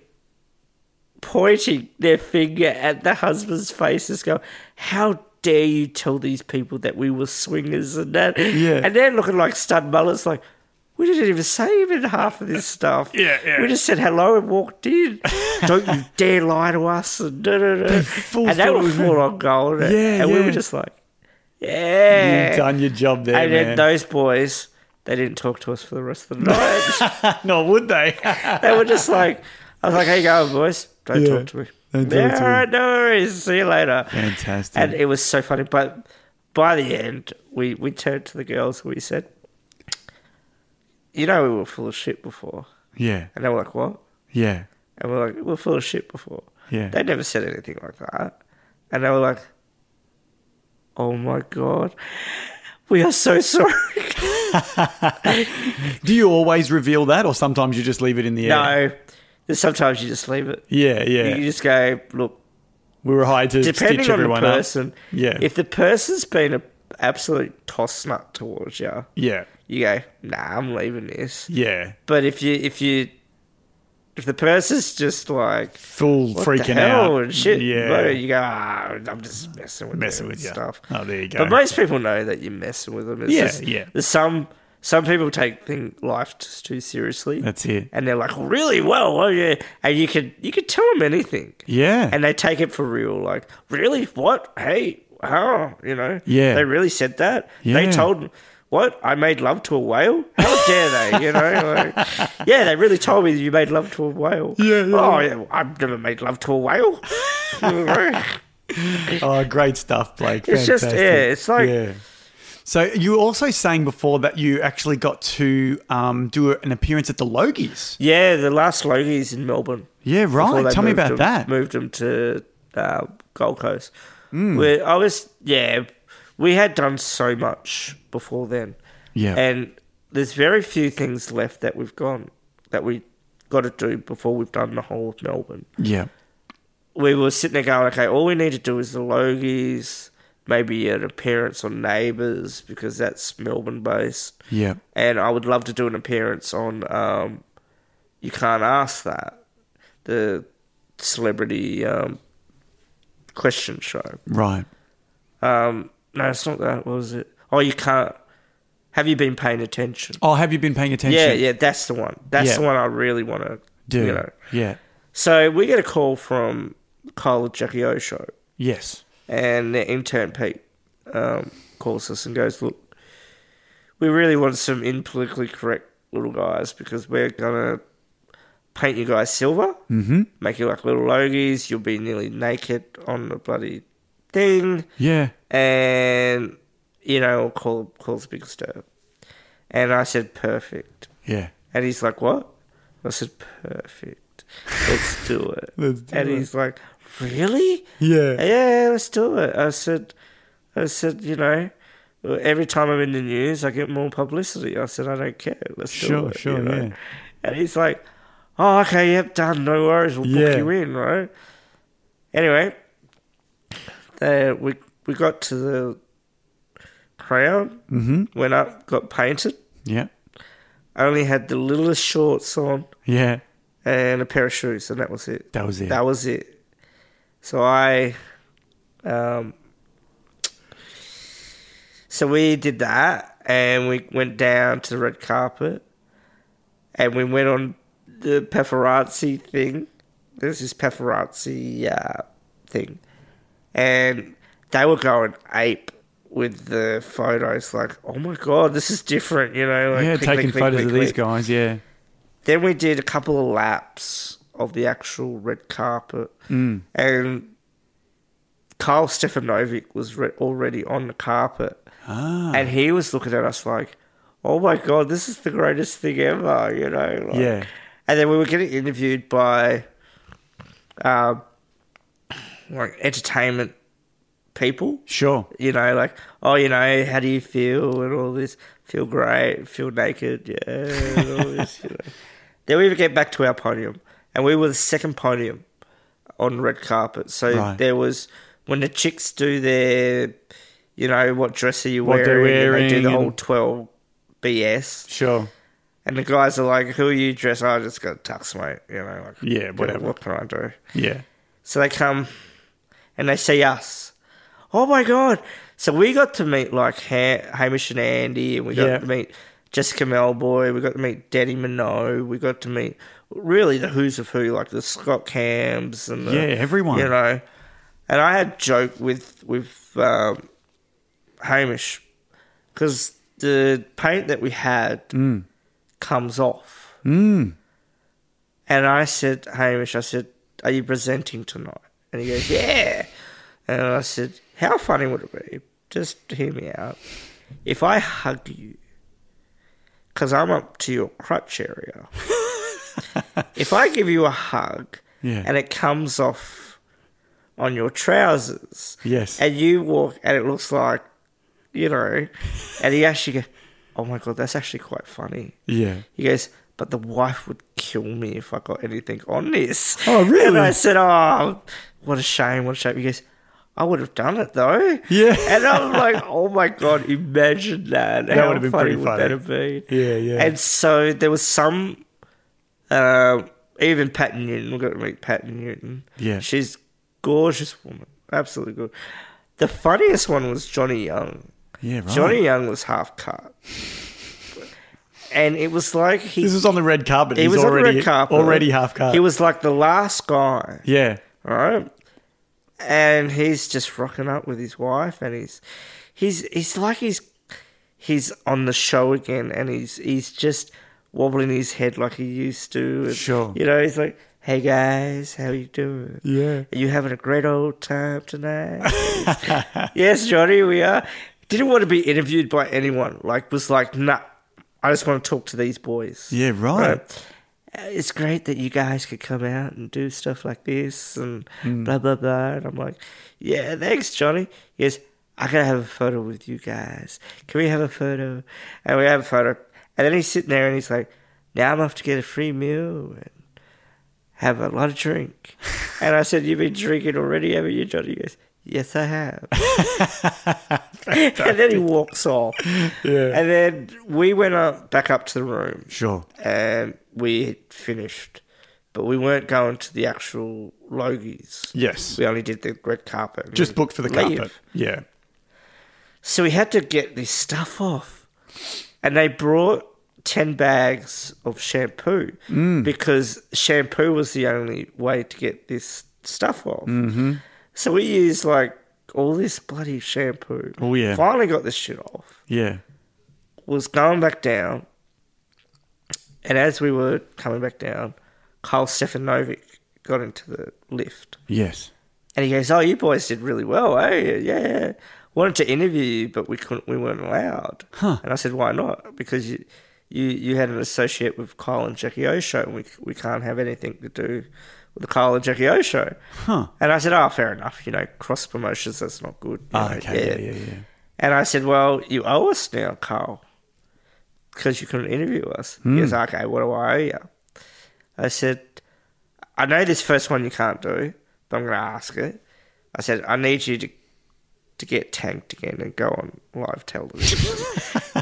pointing their finger at the husband's faces, going, How dare you tell these people that we were swingers and that? Yeah. And they're looking like stud mullets, like, we didn't even say even half of this stuff. Yeah, yeah. We just said hello and walked in. Don't you dare lie to us. And, da, da, da. full and they thought it were was- full on gold. And, Yeah, and we yeah. were just like, yeah. You've done your job there, and man. then those boys, they didn't talk to us for the rest of the night. Nor would they? they were just like, I was like, how you going, boys? Don't Yeah. talk to me. Don't talk yeah, to me. all right, no worries. See you later. Fantastic. And it was so funny. But by the end, we, we turned to the girls and we said, you know, we were full of shit before. yeah. And they were like, what? Yeah. And we're like, we're full of shit before. Yeah. They never said anything like that. And they were like, oh my God, we are so sorry. Do you always reveal that, or sometimes you just leave it in the air? No, sometimes you just leave it. Yeah, yeah, You just go, look, We were hired to Depending stitch on the everyone up. person, Yeah. If the person's been a absolute toss nut towards you, Yeah. you go, nah, I'm leaving this. Yeah. But if you if you if the person's just like Full what freaking the hell out. and shit, Yeah. bro, you go, ah, I'm just messing with Messing them with and you. stuff. Oh, there you go. But most people know that you're messing with them. It's Yeah, just- yeah. There's some some people take thing, life just too seriously. That's it. And they're like, really well, oh yeah. And you could you could tell them anything. Yeah. And they take it for real. Like, really? What? Hey, how? You know? Yeah. They really said that. Yeah. They told. What? I made love to a whale? How dare they? You know, like, yeah, they really told me that you made love to a whale. Yeah, yeah. Oh, yeah. I've never made love to a whale. You know? Oh, great stuff, Blake. It's just- Fantastic. yeah, it's like- Yeah. So you were also saying before that you actually got to um, do an appearance at the Logies. Yeah, the last Logies in Melbourne. Yeah, right. Before they Tell me moved about them- that. Moved them to uh, Gold Coast. Mm. Where I was, yeah, we had done so much before then. Yeah. and there's very few things left that we've gone that we got to do before we've done the whole of Melbourne. Yeah. We were sitting there going, okay, all we need to do is the Logies, maybe an appearance on Neighbours because that's Melbourne based Yeah. and I would love to do an appearance on um, You Can't Ask That, the celebrity um, question show. Right. Um, no, it's not that. What was it? Oh, you can't. Have you been paying attention? Oh, have you been paying attention? yeah, yeah, that's the one. That's Yeah. the one I really want to Do. do. You know. Yeah. So we get a call from Kyle Jackie O show Yes. and the intern Pete um, calls us and goes, "Look, we really want some in politically correct little guys because we're gonna paint you guys silver, mm-hmm. make you like little logies. You'll be nearly naked on the bloody thing, Yeah. and you know, call calls a big stir." And I said, "Perfect." Yeah. And he's like, "What?" I said, "Perfect. Let's do it." Let's do and it. he's like, "Really?" Yeah. yeah, let's do it. I said, I said, you know, every time I'm in the news, I get more publicity. I said, I don't care. Let's do Sure, it. sure, yeah. And he's like, oh, okay, yep, done. No worries. We'll Yeah. book you in, right? Anyway, uh, we we got to the crown, mm-hmm. went up, got painted. Yeah. I only had the littlest shorts on Yeah. and a pair of shoes, and that was it. That was it. That was it. So I, um, so we did that, and we went down to the red carpet, and we went on the paparazzi thing. There's this paparazzi uh, thing, and they were going ape with the photos. Like, oh my god, this is different, you know? Like, yeah. click, taking click, click, photos click, of these click. guys. Yeah. Then we did a couple of laps of the actual red carpet, and Carl Stefanovic was re- already on the carpet, and he was looking at us like, "Oh my god, this is the greatest thing ever," you know? like- Yeah. And then we were getting interviewed by, um, like entertainment people, Sure. you know, like, oh, you know, how do you feel and all this? Feel great, feel naked, yeah, and all this, you know. Then we would get back to our podium, and we were the second podium on red carpet. So Right. there was when the chicks do their, you know, what dress are you What they're wearing? and they do the wearing whole and- twelve BS, Sure. and the guys are like, "Who are you dressed? Oh, I just got tux, mate. You know, like, Yeah, whatever. What can I do? Yeah. So they come and they see us. Oh my god! So we got to meet like ha- Hamish and Andy, and we got Yeah. to meet Jessica Melboy. We got to meet Daddy Minot. We got to meet really the who's of who, like the Scott Cams and the, Yeah, everyone. You know, and I had joke with with um, Hamish because the paint that we had Mm. comes off. And I said, Hamish, I said, are you presenting tonight? And he goes, yeah. And I said, how funny would it be? Just hear me out. If I hug you, because I'm up to your crutch area, if I give you a hug Yeah. and it comes off on your trousers, Yes. and you walk and it looks like, you know, and he actually goes, oh my God, that's actually quite funny. Yeah. He goes, but the wife would kill me if I got anything on this. Oh, really? And I said, oh, what a shame, what a shame. He goes, I would have done it though. Yeah. And I'm like, oh my God, imagine that. That would have been pretty would funny. that have been? Yeah, yeah. And so there was some, uh, even Pat Newton, we've got to meet Pat Newton. Yeah. She's gorgeous woman. Absolutely good. The funniest one was Johnny Young. Yeah, right. Johnny Young was half cut. And it was like he This is on the red carpet. he He's was on the already, red carpet. Already half cut. He was like the last guy, yeah. right? And he's just rocking up with his wife, and he's he's he's like he's he's on the show again, and he's he's just wobbling his head like he used to. and, Sure. you know he's like, "Hey guys, how you doing? Yeah. Are you having a great old time tonight?" yes, Johnny, we are. Didn't want to be interviewed by anyone. Like, was like, nah, I just want to talk to these boys. Yeah, right. Uh, It's great that you guys could come out and do stuff like this and blah, blah, blah. And I'm like, yeah, thanks, Johnny. Yes, I gotta have a photo with you guys. Can we have a photo? And we have a photo. And then he's sitting there and he's like, now I'm off to get a free meal and have a lot of drink. and I said, You've been drinking already, haven't you, Johnny? He goes, Yes, I have. and then he walks off. And then we went up, back up to the room Sure. and we had finished, but we weren't going to the actual Logies. Yes. We only did the red carpet. and Just then booked for the leave. carpet. Yeah. So we had to get this stuff off. And they brought 10 bags of shampoo Mm. because shampoo was the only way to get this stuff off. Mm-hmm. So we used like all this bloody shampoo. Oh, yeah. Finally got this shit off. Yeah. was going back down, and as we were coming back down, Kyle Stefanovic got into the lift. Yes. And he goes, "Oh, you boys did really well, eh? Yeah, yeah. Wanted to interview you, but we couldn't. We weren't allowed." And I said, "Why not? Because you, you, you had an associate with Kyle and Jackie O show, and we we can't have anything to do with the Kyle and Jackie O show." And I said, "Oh, fair enough. You know, cross promotions. That's not good." you Ah, know, okay. Yeah, yeah, yeah. and I said, Well, you owe us now, Carl, because you couldn't interview us. Hmm. He goes, Okay, what do I owe you? I said, I know this first one you can't do, but I'm going to ask it. I said, I need you to to get tanked again and go on live television.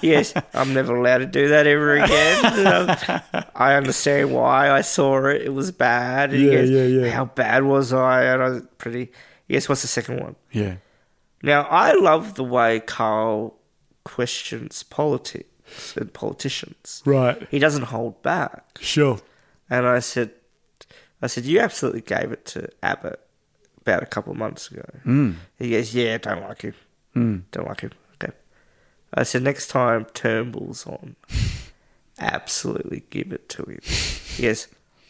yes, I'm never allowed to do that ever again. And I'm- I understand why. I saw it. It was bad. And he Yeah, goes, yeah, yeah. How bad was I? And I was pretty. Yes, what's the second one? Yeah. Now, I love the way Carl questions politics and politicians. Right. He doesn't hold back. Sure. And I said, I said, you absolutely gave it to Abbott about a couple of months ago. Mm. He goes, yeah, don't like him. Mm. Don't like him. Okay. I said, next time Turnbull's on, absolutely give it to him. he goes,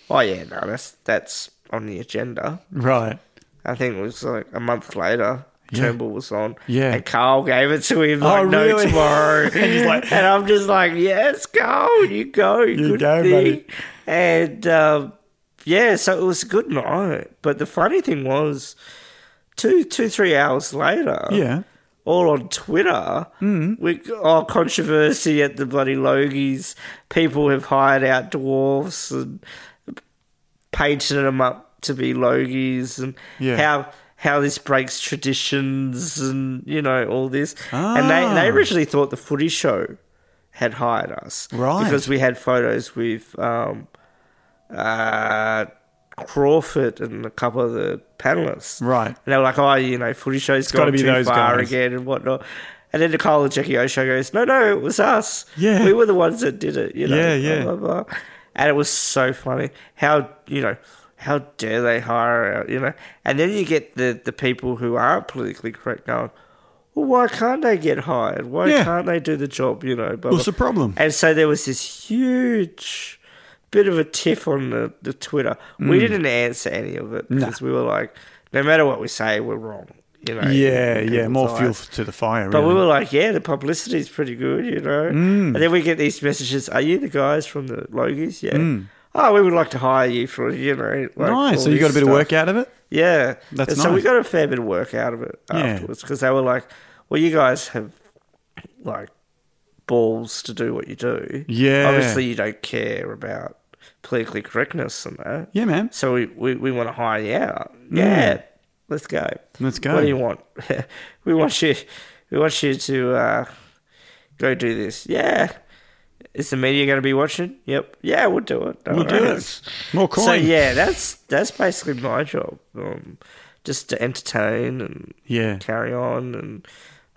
oh, yeah, no, that's, that's on the agenda. Right. I think it was like a month later. Turnbull was on, Yeah. Oh, and Carl gave it to him like no really? tomorrow, and, he's like- I'm just like, yes, Carl, you go, you good go, thing. buddy. And um, yeah, so it was a good night. But the funny thing was, two, two, three hours later, Yeah. all on Twitter. Mm. We oh controversy at the bloody Logies. People have hired out dwarfs and painted them up to be Logies, and Yeah. how how this breaks traditions, and you know all this. And they Ah. they originally thought the Footy Show had hired us, Right. Because we had photos with. Um, uh, Crawford and a couple of the panelists, Right. And they were like, "Oh, you know, footy shows gotta gone be too those far guys. again and whatnot. And then the Kyle and Jackie O show goes, no, no, it was us. Yeah. We were the ones that did it, you know. Yeah, yeah. blah, blah, blah. And it was so funny. How, you know, how dare they hire out, you know? And then you get the, the people who aren't politically correct going, well, why can't they get hired? Why Yeah. can't they do the job, you know? Blah, What's blah. the problem? And so there was this huge bit of a tiff on the, the Twitter. Mm. We didn't answer any of it because we were like, no matter what we say, we're wrong. You know, Yeah. in Yeah. people's More eyes. fuel f- to the fire. But we really. were like, yeah, the publicity is pretty good, you know. Mm. And then we get these messages: Are you the guys from the Logies? Yeah. Oh, we would like to hire you for you know. Like Mm. nice. all So you got a this bit of stuff." work out of it? Yeah. That's and So we nice. got a fair bit of work out of it Yeah. afterwards because they were like, well, you guys have like balls to do what you do. Yeah. Obviously, you don't care about politically correctness and that. Yeah, man. Mm. So we, we, we want to hire you out. Yeah. Let's go. Let's go. What do you want? we want you. We want you to uh, go do this. Yeah. Is the media going to be watching? Yep. Yeah, we'll do it. No We'll do worries. it. More So coin. yeah, that's that's basically my job. Um, just to entertain and Yeah. carry on and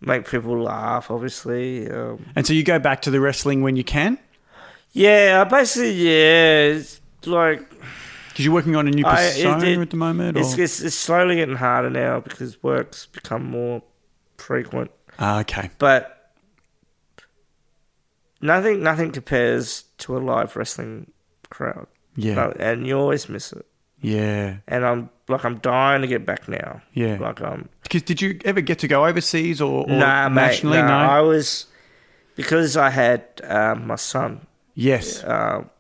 make people laugh. Obviously. Um, And so you go back to the wrestling when you can yeah. I Basically, yeah. It's like because you're working on a new I- persona it- it- at the moment. It's, or? it's, it's slowly getting harder now because work's become more frequent. Ah, okay. But nothing nothing compares to a live wrestling crowd. Yeah. No- and you always miss it. Yeah. And I'm like I'm dying to get back now. Yeah. Like um Because did you ever get to go overseas or, or nah, mate, nationally? nah, no. I was because I had um, my son. yes. Um,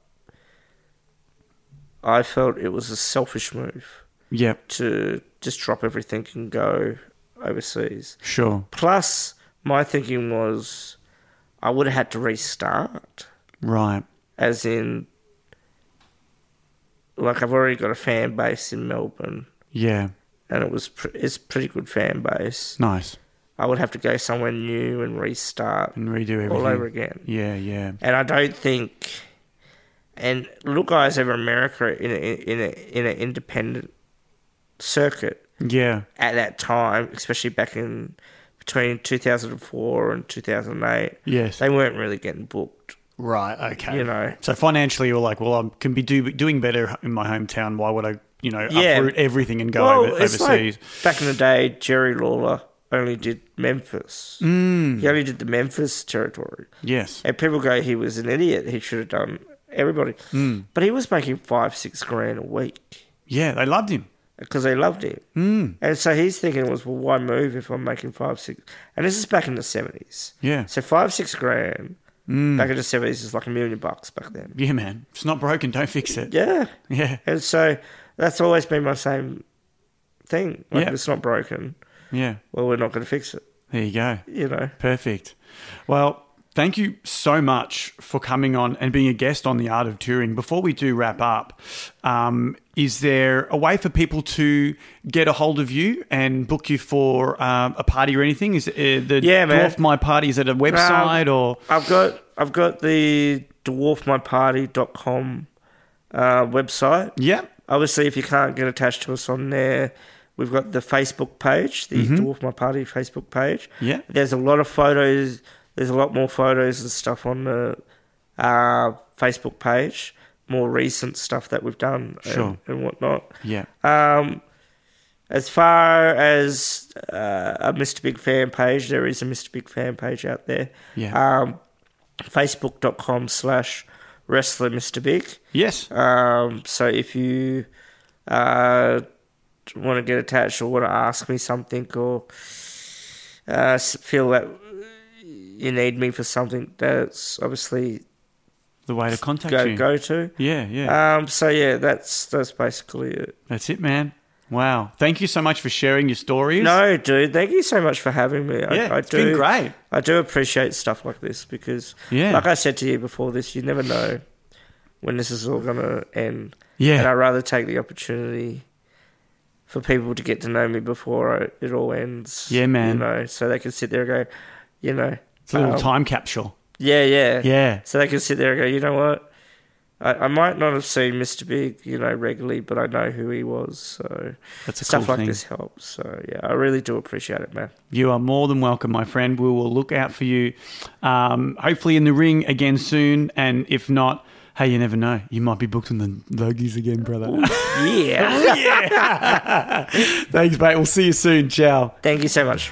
I felt it was a selfish move yep. to just drop everything and go overseas. Sure. Plus, my thinking was I would have had to restart, Right. as in, like, I've already got a fan base in Melbourne, Yeah. and it was pr- it's a pretty good fan base. Nice. I would have to go somewhere new and restart And redo everything. all over again. Yeah. Yeah. And I don't think, and look, guys over America in a, in a, in an independent circuit, Yeah. at that time, especially back in between 2004 and 2008, Yes. they weren't really getting booked. Right. Okay. You know. So financially, you're like, well, I can be do, doing better in my hometown. Why would I, you know, Yeah. uproot everything and go well, over, it's overseas? like back in the day, Jerry Lawler only did Memphis. Mm. He only did the Memphis territory. yes. And people go, he was an idiot. He should have done everybody. Mm. But he was making five, six grand a week Yeah. They loved him. because they loved him. Hmm. Mm. And so he's thinking, was, well, why move if I'm making five, six? And this is back in the 70s. Yeah. Hmm. So five, six grand back in the seventies is like a million bucks back then. Yeah, man. If It's not broken. Don't fix it. Yeah. Yeah. And so that's always been my same thing. Like Yeah. if it's not broken, Yeah. well we're not gonna fix it. There you go. You know. Perfect. Well, thank you so much for coming on and being a guest on The Art of Touring. Before we do wrap up, um, is there a way for people to get a hold of you and book you for um, a party or anything? Is uh, the Yeah, Dwarf man. Um, My Party, is it a website or? I've got I've got the dwarfmyparty.com uh, website. Yeah. Obviously if you can't get attached to us on there We've got the Facebook page, the Dwarf My Party Facebook page. Mm-hmm. Yeah. There's a lot of photos. There's a lot more photos and stuff on the uh, Facebook page, more recent stuff that we've done and, Sure. and whatnot. Yeah. Um, as far as uh, a Mr. Big fan page, there is a Mr. Big fan page out there. Yeah. Um, Facebook.com slash wrestler Mr. Big. Yes. Um, so if you uh, want to get attached or want to ask me something or uh, s- feel that you need me for something, that's obviously The way to contact go you. go to. Yeah, yeah. Um, so yeah, that's that's basically it. That's it, man. Wow. Thank you so much for sharing your stories. No, dude, thank you so much for having me. I, Yeah, I it's do, been great. I do appreciate stuff like this because, Yeah. like I said to you before this, you never know when this is all gonna end. Yeah. and I'd rather take the opportunity for people to get to know me before I, it all ends. Yeah, man. You know, so they can sit there and go, you know, It's a little um, time capsule. Yeah, yeah, Yeah. So they can sit there and go, you know what? I, I might not have seen Mr. Big, you know, regularly, but I know who he was. So That's a stuff cool like thing. this helps. So yeah, I really do appreciate it, man. You are more than welcome, my friend. We will look out for you, um, hopefully in the ring again soon. And if not, hey, you never know. You might be booked on the Logies again, brother. Yeah. Thanks, mate. We'll see you soon. Ciao. Thank you so much.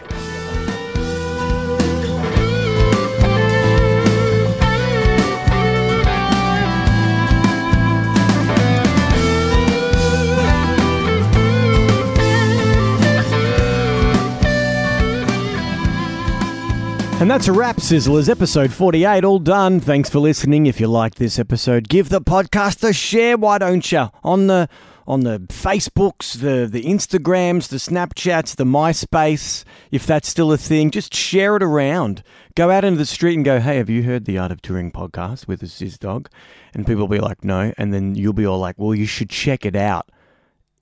And that's a wrap, Sizzlers, episode 48, all done. Thanks for listening. If you liked this episode, give the podcast a share, why don't you? On the on the Facebooks, the the Instagrams, the Snapchats, the MySpace, if that's still a thing. Just share it around. Go out into the street and go, "Hey, have you heard the Art of Touring podcast with the Sizz Dog?" And people will be like, "No," and then you'll be all like, "Well, you should check it out."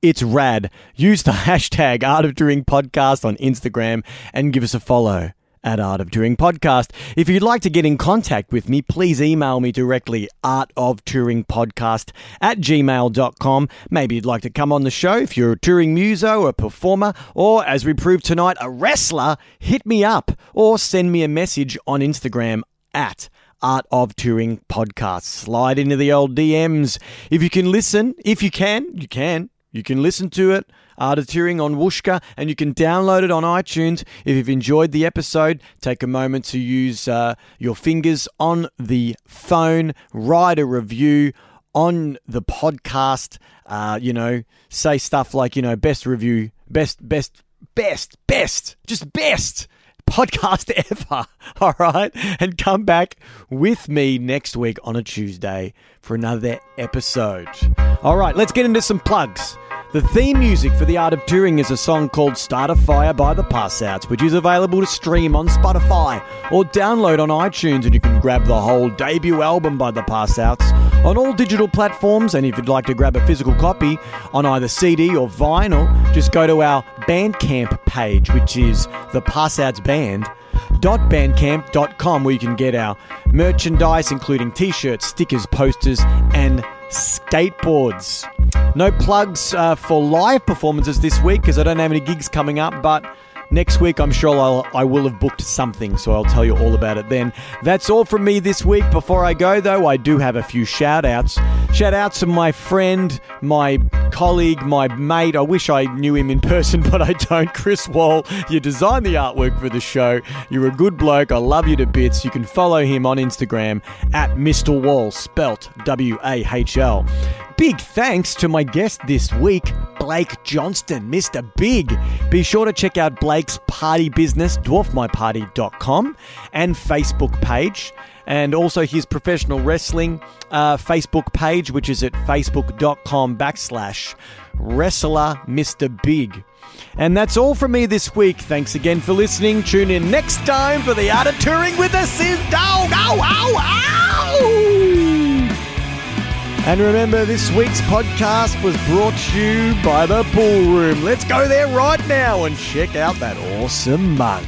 It's rad. Use the hashtag Art of Touring Podcast on Instagram and give us a follow at Art of Touring Podcast. If you'd like to get in contact with me, please email me directly, artoftouringpodcast at gmail.com. Maybe you'd like to come on the show if you're a touring muso, a performer, or as we proved tonight, a wrestler, hit me up or send me a message on Instagram at Art of Touring podcast. Slide into the old DMs. If you can listen, if you can, you can. You can listen to it, Art of Touring on Wooshka, and you can download it on iTunes. If you've enjoyed the episode, take a moment to use uh, your fingers on the phone, write a review on the podcast. Uh, you know, say stuff like, you know, best review, best, best, best, best, just best podcast ever. All right. And come back with me next week on a Tuesday for another episode. All right. Let's get into some plugs. The theme music for The Art of Touring is a song called Start a Fire by The Passouts, which is available to stream on Spotify or download on iTunes. And you can grab the whole debut album by The Passouts on all digital platforms. And if you'd like to grab a physical copy on either CD or vinyl, just go to our Bandcamp page, which is The Passouts Band www.bandcamp.com where you can get our merchandise, including t shirts, stickers, posters, and skateboards. No plugs uh, for live performances this week because I don't have any gigs coming up, but next week I'm sure I'll, I will have booked something, so I'll tell you all about it then. That's all from me this week. Before I go, though, I do have a few shout outs. Shout out to my friend, my colleague, my mate. I wish I knew him in person, but I don't. Chris Wall, you designed the artwork for the show. You're a good bloke. I love you to bits. You can follow him on Instagram at Mr. Wall, spelt W A H L. Big thanks to my guest this week, Blake Johnston, Mr. Big. Be sure to check out Blake's party business, dwarfmyparty.com, and Facebook page, and also his professional wrestling uh, Facebook page, which is at facebook.com backslash wrestler Mr. Big. And that's all from me this week. Thanks again for listening. Tune in next time for the Art of Touring with us is Dog. Ow, ow, ow! And remember, this week's podcast was brought to you by the Pool Room. Let's go there right now and check out that awesome mug.